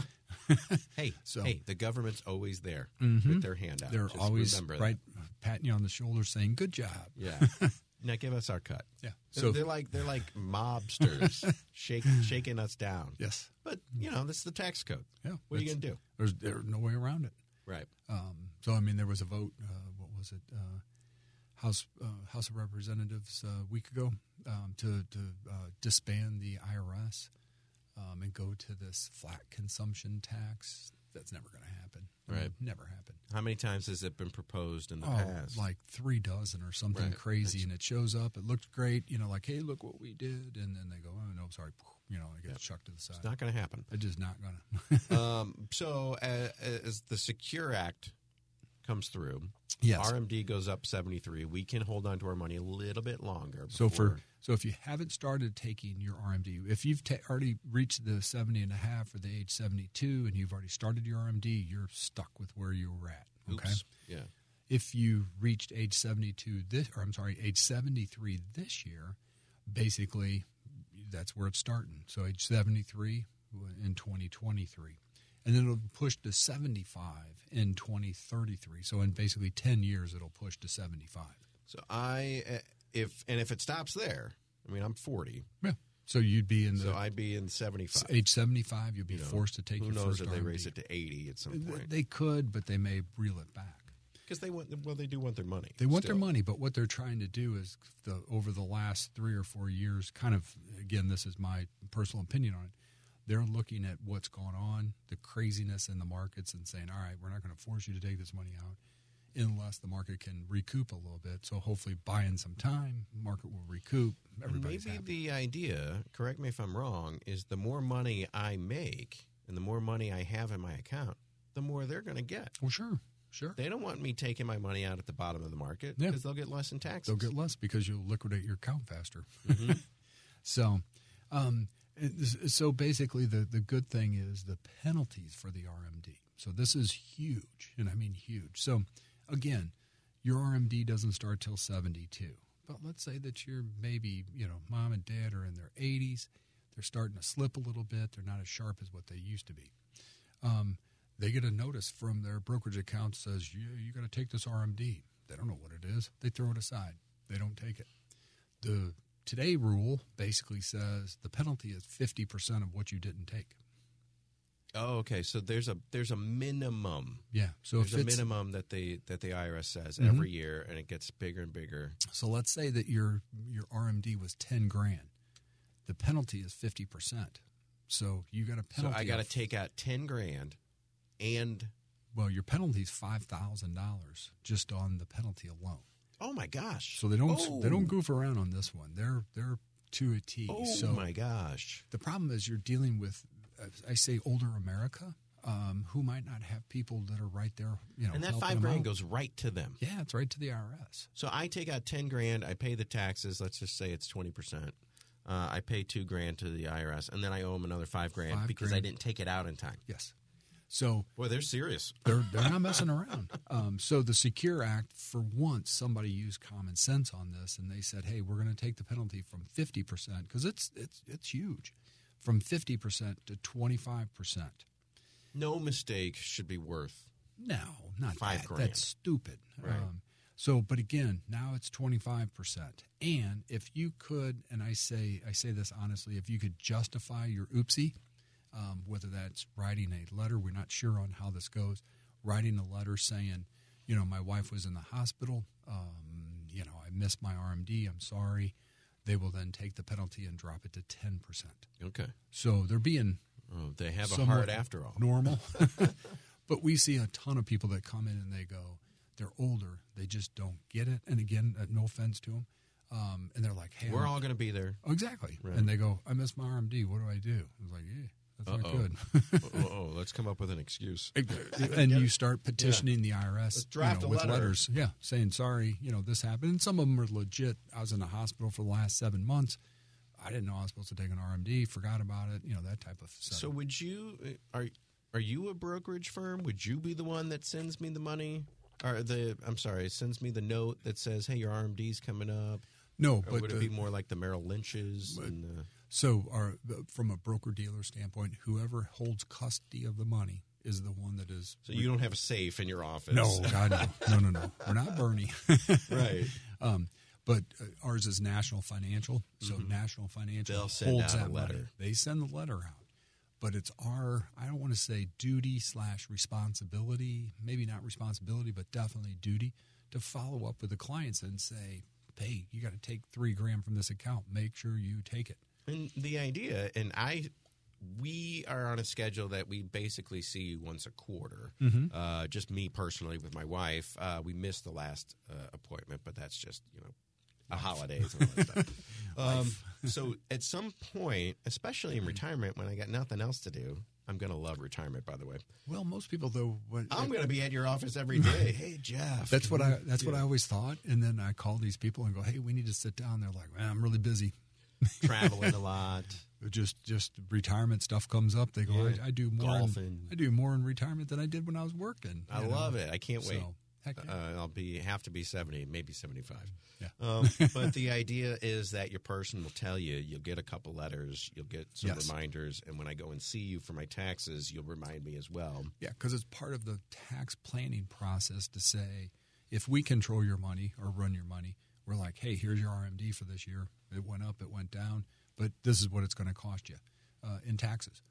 Speaker 2: hey,
Speaker 3: So- Mm-hmm.
Speaker 2: hey, the government's always there with their hand out.
Speaker 3: they're
Speaker 2: Just
Speaker 3: always
Speaker 2: remember that.
Speaker 3: right patting you on the shoulder saying good job
Speaker 2: Yeah. now give us our cut.
Speaker 3: yeah
Speaker 2: So
Speaker 3: so
Speaker 2: they're like they're like mobsters shake, shaking us down.
Speaker 3: yes
Speaker 2: But you know, this is the tax code.
Speaker 3: yeah
Speaker 2: What are you
Speaker 3: it's-
Speaker 2: going to do? Uh,
Speaker 3: there's there's no way around it
Speaker 2: Right.
Speaker 3: Um, so I mean, there was a vote. Uh, what was it? Uh, House uh, House of Representatives uh, a week ago um, to to uh, disband the IRS um, and go to this flat consumption tax. That's never going to happen. I mean,
Speaker 2: Right.
Speaker 3: never happen.
Speaker 2: How many times has it been proposed in the past?
Speaker 3: Oh, like three dozen or something
Speaker 2: Right.
Speaker 3: crazy, and it shows up. It looked great, you know, like hey, look what we did, and then they go, oh no, sorry, you know, it gets chucked to the side.
Speaker 2: it's not going to happen.
Speaker 3: it's just not going to.
Speaker 2: um, so as, as the Secure Act comes through,
Speaker 3: Yes.
Speaker 2: RMD goes up 73. We can hold on to our money a little bit longer.
Speaker 3: So for
Speaker 2: before-
Speaker 3: so if you haven't started taking your RMD, if you've ta- already reached the 70 and a half or the age 72 and you've already started your RMD, you're stuck with where you were at, okay?
Speaker 2: oops, yeah,
Speaker 3: If you reached age 72 this or I'm sorry, age 73 this year, basically that's where it's starting. So age 73 in 2023. And then it'll push to 75 in 2033. So in basically 10 years it'll push to 75.
Speaker 2: so I uh, if and if it stops there, I mean I'm 40,
Speaker 3: Yeah. So you'd be in the
Speaker 2: so I'd be in 75.
Speaker 3: age 75 you'll be
Speaker 2: you know.
Speaker 3: forced to take
Speaker 2: Who
Speaker 3: your
Speaker 2: knows
Speaker 3: first
Speaker 2: if they
Speaker 3: RMD.
Speaker 2: raise it to 80 at some
Speaker 3: Th-
Speaker 2: point?
Speaker 3: they could but they may reel it back
Speaker 2: Because they want well, they do want their money.
Speaker 3: they want
Speaker 2: still.
Speaker 3: their money but what they're trying to do is the over the last three or four years kind of again this is my personal opinion on it they're looking at what's going on the craziness in the markets and saying all right we're not going to force you to take this money out unless the market can recoup a little bit so hopefully buy in some time market will recoup everybody's
Speaker 2: Maybe
Speaker 3: happy
Speaker 2: the idea, correct me if I'm wrong, is the more money I make and the more money I have in my account, the more they're going to get.
Speaker 3: well sure sure
Speaker 2: They don't want me taking my money out at the bottom of the market
Speaker 3: Yeah.
Speaker 2: because they'll get less in taxes.
Speaker 3: They'll get less because you'll liquidate your account faster. so, um, it- so basically, the the good thing is the penalties for the RMD. So this is huge, and I mean huge. So, again, your RMD doesn't start till seventy two. But let's say that you're maybe you know mom and dad are in their eighties. They're starting to slip a little bit. They're not as sharp as what they used to be they get a notice from their brokerage account says you you got to take this RMD. They don't know what it is. They throw it aside. They don't take it. The today rule basically says the penalty is 50% of what you didn't take.
Speaker 2: Oh, okay. So there's a there's a minimum.
Speaker 3: Yeah. So
Speaker 2: There's
Speaker 3: if
Speaker 2: a
Speaker 3: it's, Mm-hmm.
Speaker 2: minimum that the that the IRS says every year, and it gets bigger and bigger.
Speaker 3: so let's say that your your RMD was 10 grand. The penalty is 50%. So you got a
Speaker 2: So
Speaker 3: penalty
Speaker 2: I got to
Speaker 3: of-
Speaker 2: take out ten grand, and
Speaker 3: well your penalty is $5,000 just on the penalty alone.
Speaker 2: oh my gosh!
Speaker 3: So they don't
Speaker 2: Oh,
Speaker 3: they don't goof around on this one. They're they're to a T.
Speaker 2: Oh
Speaker 3: so
Speaker 2: my gosh!
Speaker 3: the problem is you're dealing with uh, I say older America um, who might not have people that are right there, you know,
Speaker 2: And that
Speaker 3: helping
Speaker 2: five
Speaker 3: them
Speaker 2: grand
Speaker 3: out.
Speaker 2: goes right to them.
Speaker 3: Yeah, it's right to the IRS.
Speaker 2: So I take out ten grand. I pay the taxes. Let's just say it's twenty percent. Uh, I pay two grand to the IRS, and then I owe them another five grand
Speaker 3: Five
Speaker 2: because
Speaker 3: grand.
Speaker 2: I didn't take it out in time.
Speaker 3: Yes. So
Speaker 2: Boy, they're serious.
Speaker 3: they're they're not messing around. Um, so the Secure Act, for once, somebody used common sense on this, and they said, "Hey, we're going to take the penalty from fifty percent because it's it's it's huge, from fifty percent to twenty five percent."
Speaker 2: No mistake should be worth.
Speaker 3: No, not
Speaker 2: Five
Speaker 3: that.
Speaker 2: grand.
Speaker 3: That's stupid. Um,
Speaker 2: Right.
Speaker 3: so, but again, now it's twenty five percent. And if you could, and I say I say this honestly, if you could justify your oopsie, um, whether that's writing a letter, we're not sure on how this goes. Writing a letter saying, you know, my wife was in the hospital. Um, you know, I missed my RMD. I'm sorry. They will then take the penalty and drop it to ten percent.
Speaker 2: Okay.
Speaker 3: So they're being
Speaker 2: Oh, they have a
Speaker 3: somewhat
Speaker 2: heart after all.
Speaker 3: Normal. but we see a ton of people that come in and they go, they're older, they just don't get it. And again, uh, no offense to them. Um, and they're like, hey,
Speaker 2: We're
Speaker 3: I'm-
Speaker 2: all going to be there.
Speaker 3: Oh, exactly.
Speaker 2: Right.
Speaker 3: And they go, I missed my RMD. What do I do? I was like, yeah, that's
Speaker 2: Uh-oh.
Speaker 3: not good.
Speaker 2: oh, oh, oh, let's come up with an excuse.
Speaker 3: and you start petitioning the IRS you
Speaker 2: draft
Speaker 3: know,
Speaker 2: a
Speaker 3: with
Speaker 2: letter.
Speaker 3: letters. Yeah, saying, sorry, you know, this happened. And some of them are legit. I was in the hospital for the last seven months. I didn't know I was supposed to take an RMD, forgot about it, you know, that type of stuff.
Speaker 2: So would you uh, are are you a brokerage firm? Would you be the one that sends me the money? Or the I'm sorry, sends me the note that says, "Hey, your RMD's coming up."
Speaker 3: no,
Speaker 2: Or
Speaker 3: but
Speaker 2: would it
Speaker 3: the-
Speaker 2: be more like the Merrill Lynch's? and, uh,
Speaker 3: So, our, from a broker dealer standpoint, whoever holds custody of the money is the one that is.
Speaker 2: so you don't have a safe in your office,
Speaker 3: no, God, no, no, no, no. We're not Bernie,
Speaker 2: right?
Speaker 3: um, but uh, ours is National Financial. So National Financial
Speaker 2: Mm-hmm. They'll send out
Speaker 3: holds
Speaker 2: a
Speaker 3: that Money.
Speaker 2: letter.
Speaker 3: They send the letter out, but it's our. I don't want to say duty slash responsibility. Maybe not responsibility, but definitely duty to follow up with the clients and say, "Hey, you got to take three grand from this account. Make sure you take it."
Speaker 2: And the idea, and I, we are on a schedule that we basically see you once a quarter.
Speaker 3: Mm-hmm.
Speaker 2: Uh, just me personally with my wife. Uh, we missed the last uh, appointment, but that's just you know, a holidays and all that stuff. Um, so at some point, especially in retirement, when I got nothing else to do. I'm gonna love retirement, by the way.
Speaker 3: Well, most people though, when,
Speaker 2: I'm gonna be at your office every day. Hey, Jeff.
Speaker 3: That's what I. That's what I always thought. And then I call these people and go, "Hey, we need to sit down." They're like, "Man, I'm really busy.
Speaker 2: traveling a lot.
Speaker 3: Just just retirement stuff comes up." They go,
Speaker 2: Yeah.
Speaker 3: I, "I do more.
Speaker 2: Golfing.
Speaker 3: In, I do more in retirement than I did when I was working."
Speaker 2: I
Speaker 3: you know?
Speaker 2: love it. I can't wait.
Speaker 3: So, heck yeah.
Speaker 2: uh, I'll be have to be seventy, maybe seventy five.
Speaker 3: Yeah.
Speaker 2: Um, but the idea is that your person will tell you. You'll get a couple letters. You'll get some
Speaker 3: Yes.
Speaker 2: reminders, and when I go and see you for my taxes, you'll remind me as well.
Speaker 3: yeah, because it's part of the tax planning process to say, if we control your money or run your money, we're like, "Hey, here's your RMD for this year. It went up. It went down. But this is what it's going to cost you uh, in taxes."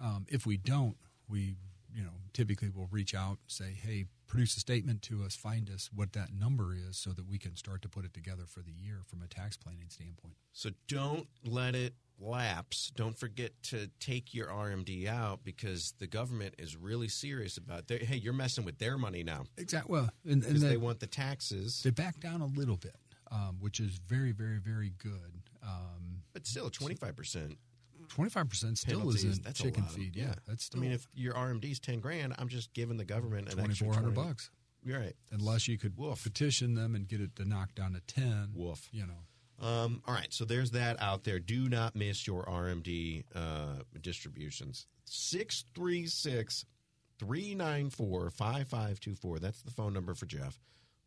Speaker 3: Um, if we don't, we you know typically will reach out, say, "Hey, produce a statement to us, find us what that number is, so that we can start to put it together for the year from a tax planning standpoint."
Speaker 2: So don't let it lapse. Don't forget to take your RMD out because the government is really serious about. Their, hey, you're messing with their money now
Speaker 3: Exactly. Well, and, and
Speaker 2: because they
Speaker 3: that-
Speaker 2: want the taxes.
Speaker 3: they back down a little bit, um, which is very, very, very good. Um,
Speaker 2: But still, twenty five percent
Speaker 3: Twenty five percent still
Speaker 2: penalties.
Speaker 3: isn't
Speaker 2: that's
Speaker 3: chicken
Speaker 2: a lot.
Speaker 3: feed. Yeah, that's still
Speaker 2: I mean, if your RMD's ten grand, I'm just giving the government an
Speaker 3: twenty
Speaker 2: extra
Speaker 3: four hundred
Speaker 2: 20.
Speaker 3: bucks.
Speaker 2: You're right.
Speaker 3: Unless you could
Speaker 2: Woof.
Speaker 3: petition them and get it to knock down to ten.
Speaker 2: Woof.
Speaker 3: You know.
Speaker 2: Um, all right, so there's that out there. Do not miss your RMD uh, distributions. 636 394 5524. That's the phone number for Jeff.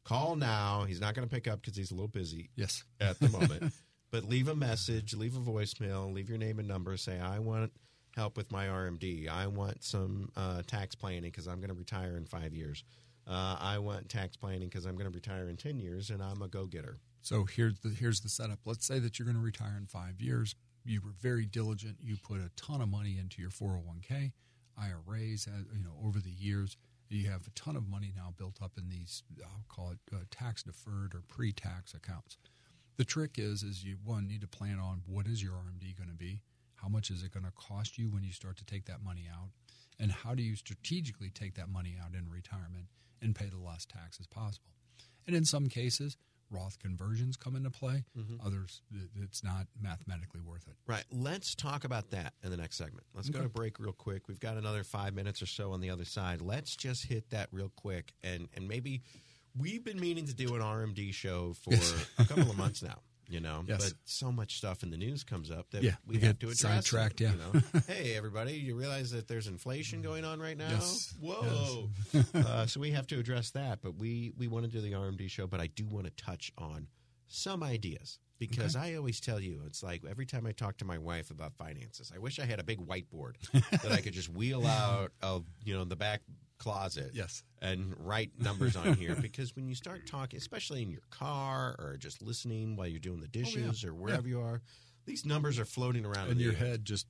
Speaker 2: Call now. He's not going to pick up because he's a little busy
Speaker 3: Yes.
Speaker 2: at the moment. but leave a message, leave a voicemail, leave your name and number. Say, I want help with my RMD. I want some uh, tax planning because I'm going to retire in five years. Uh, I want tax planning because I'm going to retire in 10 years and I'm a go getter.
Speaker 3: So here's the here's the setup. Let's say that you're going to retire in five years. You were very diligent. You put a ton of money into your 401k, IRAs. uh, You know, over the years, you have a ton of money now built up in these. I'll call it uh, tax deferred or pre-tax accounts. The trick is, is you one need to plan on what is your RMD going to be, how much is it going to cost you when you start to take that money out, and how do you strategically take that money out in retirement and pay the less tax as possible. And in some cases, Roth conversions come into play. Others, th- it's not mathematically worth it.
Speaker 2: Right. Let's talk about that in the next segment. Let's go to break real quick. We've got another five minutes or so on the other side. Let's just hit that real quick and and maybe we've been meaning to do an RMD show for a couple of months now. You know,
Speaker 3: Yes.
Speaker 2: but so much stuff in the news comes up that
Speaker 3: Yeah,
Speaker 2: we
Speaker 3: we
Speaker 2: have
Speaker 3: get
Speaker 2: to address.
Speaker 3: sidetracked,
Speaker 2: it,
Speaker 3: yeah.
Speaker 2: you know? hey, everybody, you realize that there's inflation going on right now?
Speaker 3: Yes,
Speaker 2: Whoa! uh, so we have to address that. But we we want to do the RMD show, but I do want to touch on some ideas because I always tell you it's like every time I talk to my wife about finances, I wish I had a big whiteboard that I could just wheel out of you know the back closet
Speaker 3: Yes.
Speaker 2: and write numbers on here because when you start talking especially in your car or just listening while you're doing the
Speaker 3: Oh,
Speaker 2: dishes or wherever you are these numbers are floating around in
Speaker 3: And
Speaker 2: the
Speaker 3: your
Speaker 2: air.
Speaker 3: head just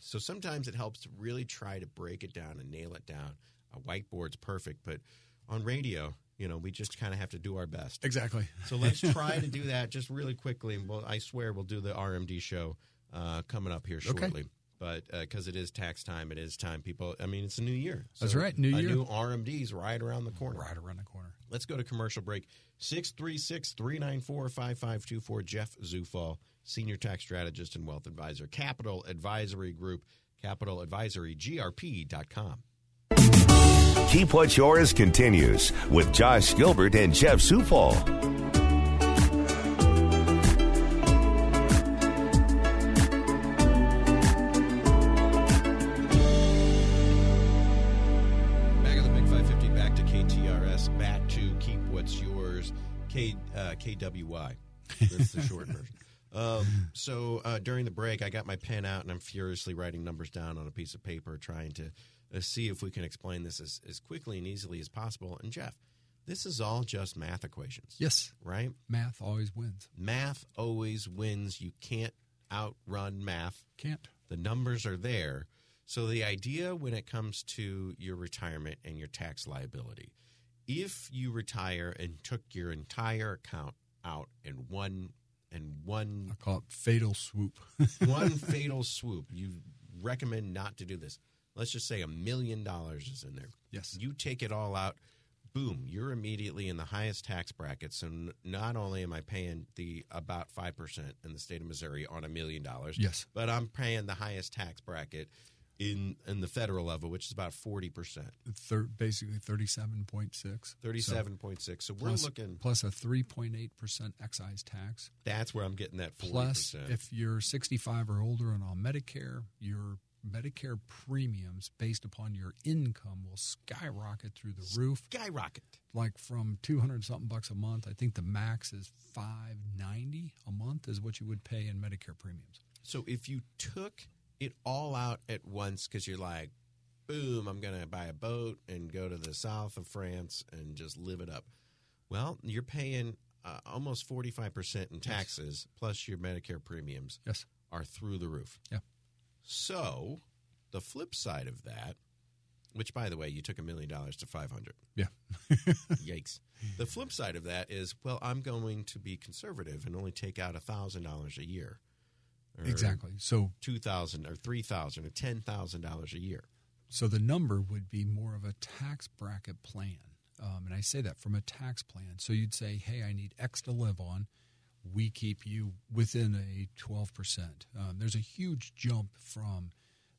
Speaker 2: So sometimes it helps to really try to break it down and nail it down. A whiteboard's perfect, but on radio, you know, we just kind of have to do our best.
Speaker 3: exactly.
Speaker 2: So let's try to do that just really quickly. And we'll, I swear we'll do the RMD show uh, coming up here
Speaker 3: Okay.
Speaker 2: shortly. But because it is tax time, it is time, people. I mean, it's a new year.
Speaker 3: That's right, new
Speaker 2: a
Speaker 3: year.
Speaker 2: new RMD's right around the corner.
Speaker 3: Right around the corner.
Speaker 2: Let's go to commercial break. 636 394 5524. Jeff Zufall, Senior Tax Strategist and Wealth Advisor, Capital Advisory Group, Capital Advisory, GRP.com.
Speaker 1: Keep What's Yours continues with Josh Gilbert and Jeff Supal.
Speaker 2: Back on the Big 550, back to KTRS, back to Keep What's Yours, K, uh, KWY. That's the short version. Um, so uh, during the break, I got my pen out and I'm furiously writing numbers down on a piece of paper, trying to uh, see if we can explain this as, as quickly and easily as possible. And Jeff, this is all just math equations.
Speaker 3: Yes,
Speaker 2: right?
Speaker 3: math always wins.
Speaker 2: Math always wins. You can't outrun math.
Speaker 3: Can't.
Speaker 2: The numbers are there. So the idea when it comes to your retirement and your tax liability, if you retire and took your entire account out in one and one
Speaker 3: I call it fatal swoop.
Speaker 2: one fatal swoop, you recommend not to do this. Let's just say a million dollars is in there.
Speaker 3: Yes.
Speaker 2: You take it all out, boom, you're immediately in the highest tax bracket. So n- not only am I paying the about 5% in the state of Missouri on a million dollars,
Speaker 3: Yes.
Speaker 2: but I'm paying the highest tax bracket in in the federal level, which is about 40%,
Speaker 3: Thir- basically thirty-seven point six.
Speaker 2: 37.6. So, we're
Speaker 3: plus,
Speaker 2: looking
Speaker 3: plus a three point eight percent excise tax.
Speaker 2: that's where I'm getting that 40%.
Speaker 3: Plus, if you're 65 or older and on Medicare, your Medicare premiums based upon your income will skyrocket through the roof,
Speaker 2: skyrocket.
Speaker 3: like from 200 something bucks a month. I think the max is 590 a month is what you would pay in Medicare premiums.
Speaker 2: So if you took it all out at once because you're like, boom, I'm going to buy a boat and go to the south of France and just live it up. Well, you're paying uh, almost 45% in taxes, plus your Medicare premiums
Speaker 3: Yes.
Speaker 2: are through the roof.
Speaker 3: Yeah.
Speaker 2: So the flip side of that, which by the way, you took a million dollars to 500.
Speaker 3: Yeah.
Speaker 2: Yikes. The flip side of that is, well, I'm going to be conservative and only take out $1,000 a year. or
Speaker 3: Exactly. So,
Speaker 2: two thousand or three thousand or ten thousand dollars a year.
Speaker 3: so the number would be more of a tax bracket plan. Um, and I say that from a tax plan. So you'd say, hey, I need X to live on. we keep you within a 12%. Um, there's a huge jump from,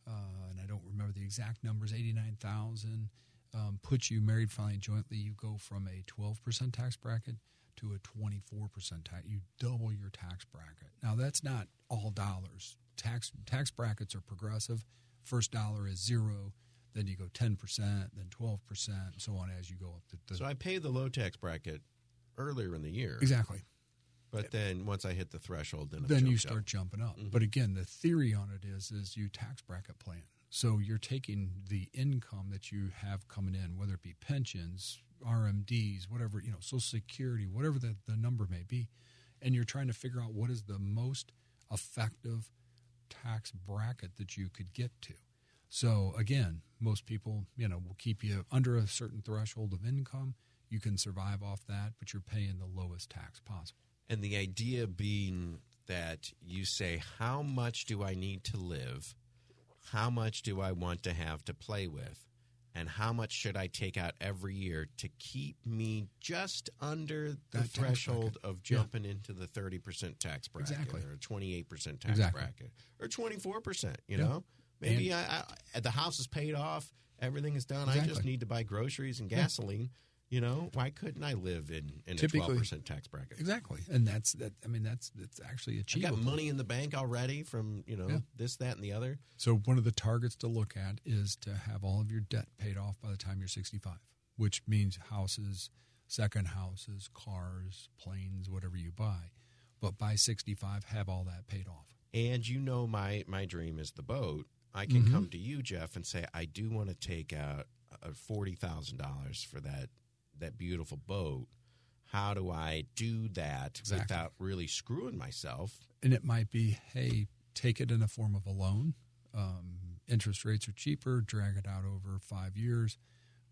Speaker 3: uh, and I don't remember the exact numbers, 89,000 um, puts you married, filing jointly. You go from a 12% tax bracket to a 24% tax. You double your tax bracket. Now, that's not all dollars. Tax, tax brackets are progressive. First dollar is zero, then you go 10%, then 12%, and so on as you go up the. the
Speaker 2: So I pay the low tax bracket earlier in the year,
Speaker 3: Mm-hmm. exactly.
Speaker 2: but then once I hit the threshold, then I'm
Speaker 3: then you
Speaker 2: jumped
Speaker 3: start jumping up. But again, the theory on it is is you tax bracket plan. So you're taking the income that you have coming in, whether it be pensions, RMDs, whatever, you know, Social Security, whatever the, the number may be, and you're trying to figure out what is the most effective tax bracket that you could get to. So again, most people, you know, will keep you under a certain threshold of income. You can survive off that, but you're paying the lowest tax possible.
Speaker 2: And the idea being that you say, how much do I need to live? How much do I want to have to play with? And how much should I take out every year to keep me just under the
Speaker 3: That tax
Speaker 2: threshold
Speaker 3: bracket.
Speaker 2: of jumping into the 30% tax bracket
Speaker 3: Exactly.
Speaker 2: or 28% tax
Speaker 3: Exactly.
Speaker 2: bracket or 24%? You
Speaker 3: Yeah.
Speaker 2: know, maybe I, I, the house is paid off, everything is done. I just
Speaker 3: Exactly.
Speaker 2: need to buy groceries and gasoline. You know, why couldn't I live in, in a
Speaker 3: Typically-
Speaker 2: 12% tax bracket?
Speaker 3: Exactly, and that's that. I mean, that's that's actually
Speaker 2: I've
Speaker 3: achievable.
Speaker 2: got money in the bank already from you know
Speaker 3: Yeah.
Speaker 2: this, that, and the other.
Speaker 3: So one of the targets to look at is to have all of your debt paid off by the time you're 65, which means houses, second houses, cars, planes, whatever you buy. But by 65, have all that paid off.
Speaker 2: And you know my my dream is the boat. I
Speaker 3: Mm-hmm.
Speaker 2: can come to you, Jeff, and say I do want to take out uh, forty thousand dollars for that that beautiful boat. How do I do that
Speaker 3: Exactly.
Speaker 2: without really screwing myself?
Speaker 3: and it might be hey take it in the form of a loan um, interest rates are cheaper drag it out over five years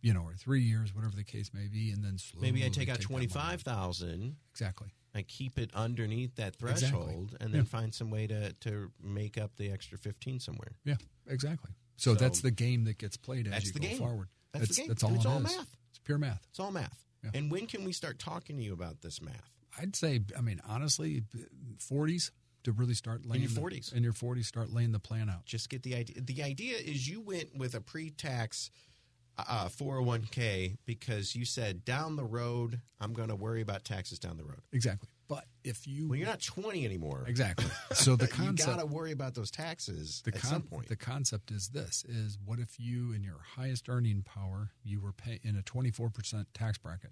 Speaker 3: you know or three years whatever the case may be and then slowly
Speaker 2: Maybe I take out
Speaker 3: that
Speaker 2: twenty
Speaker 3: money
Speaker 2: five thousand.
Speaker 3: exactly
Speaker 2: I keep it underneath that
Speaker 3: Exactly. Hmm.
Speaker 2: threshold, and then find some way to to make up the extra fifteen somewhere.
Speaker 3: yeah exactly so,
Speaker 2: So-
Speaker 3: that's the game that gets played as
Speaker 2: That's
Speaker 3: you
Speaker 2: the
Speaker 3: go
Speaker 2: game.
Speaker 3: forward
Speaker 2: That's the game.
Speaker 3: that's all
Speaker 2: It's
Speaker 3: it
Speaker 2: all
Speaker 3: is.
Speaker 2: math.
Speaker 3: it's pure math
Speaker 2: It's all math.
Speaker 3: Yeah.
Speaker 2: And when can we start talking to you about this math?
Speaker 3: i'd say i mean honestly b- 40s to really start laying
Speaker 2: your
Speaker 3: the-
Speaker 2: 40s.
Speaker 3: in your 40s start laying the plan out
Speaker 2: just get the idea. The idea is you went with a pre-tax uh, 401k because you said down the road I'm going to worry about taxes down the road.
Speaker 3: exactly but if you
Speaker 2: Well, you're not 20 anymore.
Speaker 3: exactly so the
Speaker 2: you
Speaker 3: concept
Speaker 2: got to worry about those taxes
Speaker 3: the
Speaker 2: at
Speaker 3: con-
Speaker 2: some point.
Speaker 3: The concept is this: is what if you, in your highest earning power, you were pay- in a twenty four percent tax bracket,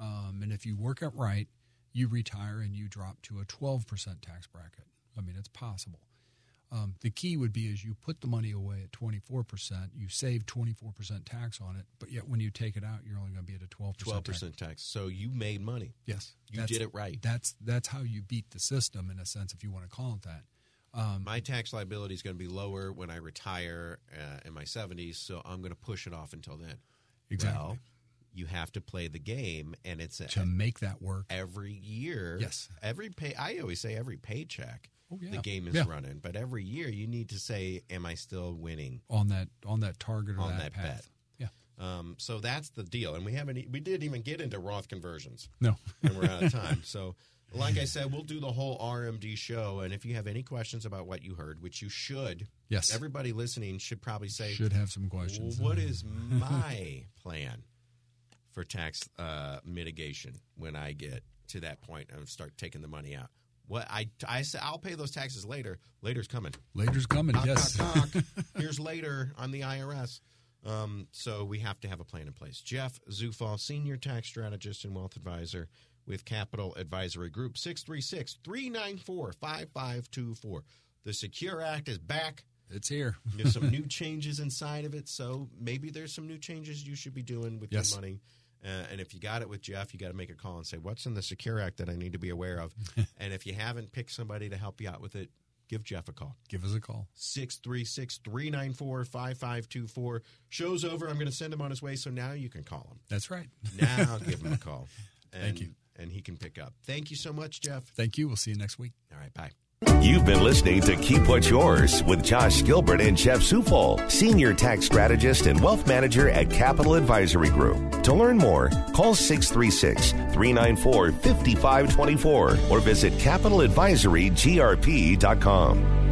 Speaker 3: um, and if you work it right, you retire and you drop to a twelve percent tax bracket. I mean, it's possible. Um, the key would be is you put the money away at twenty four percent, you save twenty four percent tax on it, but yet when you take it out, you're only going to be at a twelve
Speaker 2: 12
Speaker 3: percent.
Speaker 2: percent tax. So you made money.
Speaker 3: Yes,
Speaker 2: You
Speaker 3: That's-
Speaker 2: did it right.
Speaker 3: That's that's how you beat the system in a sense, if you want to call it that.
Speaker 2: My tax liability is going to be lower when I retire uh, in my 70s, so I'm going to push it off until then.
Speaker 3: Exactly.
Speaker 2: Well, you have to play the game, and it's a,
Speaker 3: to make that work,
Speaker 2: every year.
Speaker 3: Yes.
Speaker 2: Every pay I always say every paycheck
Speaker 3: Oh, yeah.
Speaker 2: the game is
Speaker 3: Yeah.
Speaker 2: running, but every year you need to say am I still winning?
Speaker 3: on that on that target or
Speaker 2: On
Speaker 3: that,
Speaker 2: that
Speaker 3: path. Yeah.
Speaker 2: Um, so that's the deal. And we haven't e- we didn't even get into Roth conversions
Speaker 3: No.
Speaker 2: and we're out of time. So like I said, we'll do the whole RMD show and if you have any questions about what you heard, which you should,
Speaker 3: Yes.
Speaker 2: everybody listening should probably say
Speaker 3: Should have some
Speaker 2: "Well,
Speaker 3: questions.
Speaker 2: what is my plan for tax uh, mitigation when I get to that point and start taking the money out? What I I say I'll pay those taxes later. Later's coming.
Speaker 3: Later's coming.
Speaker 2: Knock,
Speaker 3: yes.
Speaker 2: knock, knock. Here's later on the IRS. Um, so we have to have a plan in place. Jeff Zufall, senior tax strategist and wealth advisor with Capital Advisory Group, 636 394 5524. The Secure Act is back.
Speaker 3: It's here.
Speaker 2: There's some new changes inside of it, so maybe there's some new changes you should be doing with
Speaker 3: Yes.
Speaker 2: your money. Uh, and if you got it with Jeff, you got to make a call and say, "What's in the Secure Act that I need to be aware of?" and if you haven't picked somebody to help you out with it, give Jeff a call.
Speaker 3: Give us a call.
Speaker 2: 636 394 5524. Show's over. I'm going to send him on his way, so now you can call him.
Speaker 3: That's right.
Speaker 2: Now give him a call. And,
Speaker 3: Thank you.
Speaker 2: And he can pick up. Thank you so much, Jeff.
Speaker 3: Thank you. We'll see you next week.
Speaker 2: All right, bye.
Speaker 1: You've been listening to Keep What's Yours with Josh Gilbert and Jeff Sufol, Senior Tax Strategist and Wealth Manager at Capital Advisory Group. To learn more, call 636 394 5524 or visit capitaladvisorygrp.com.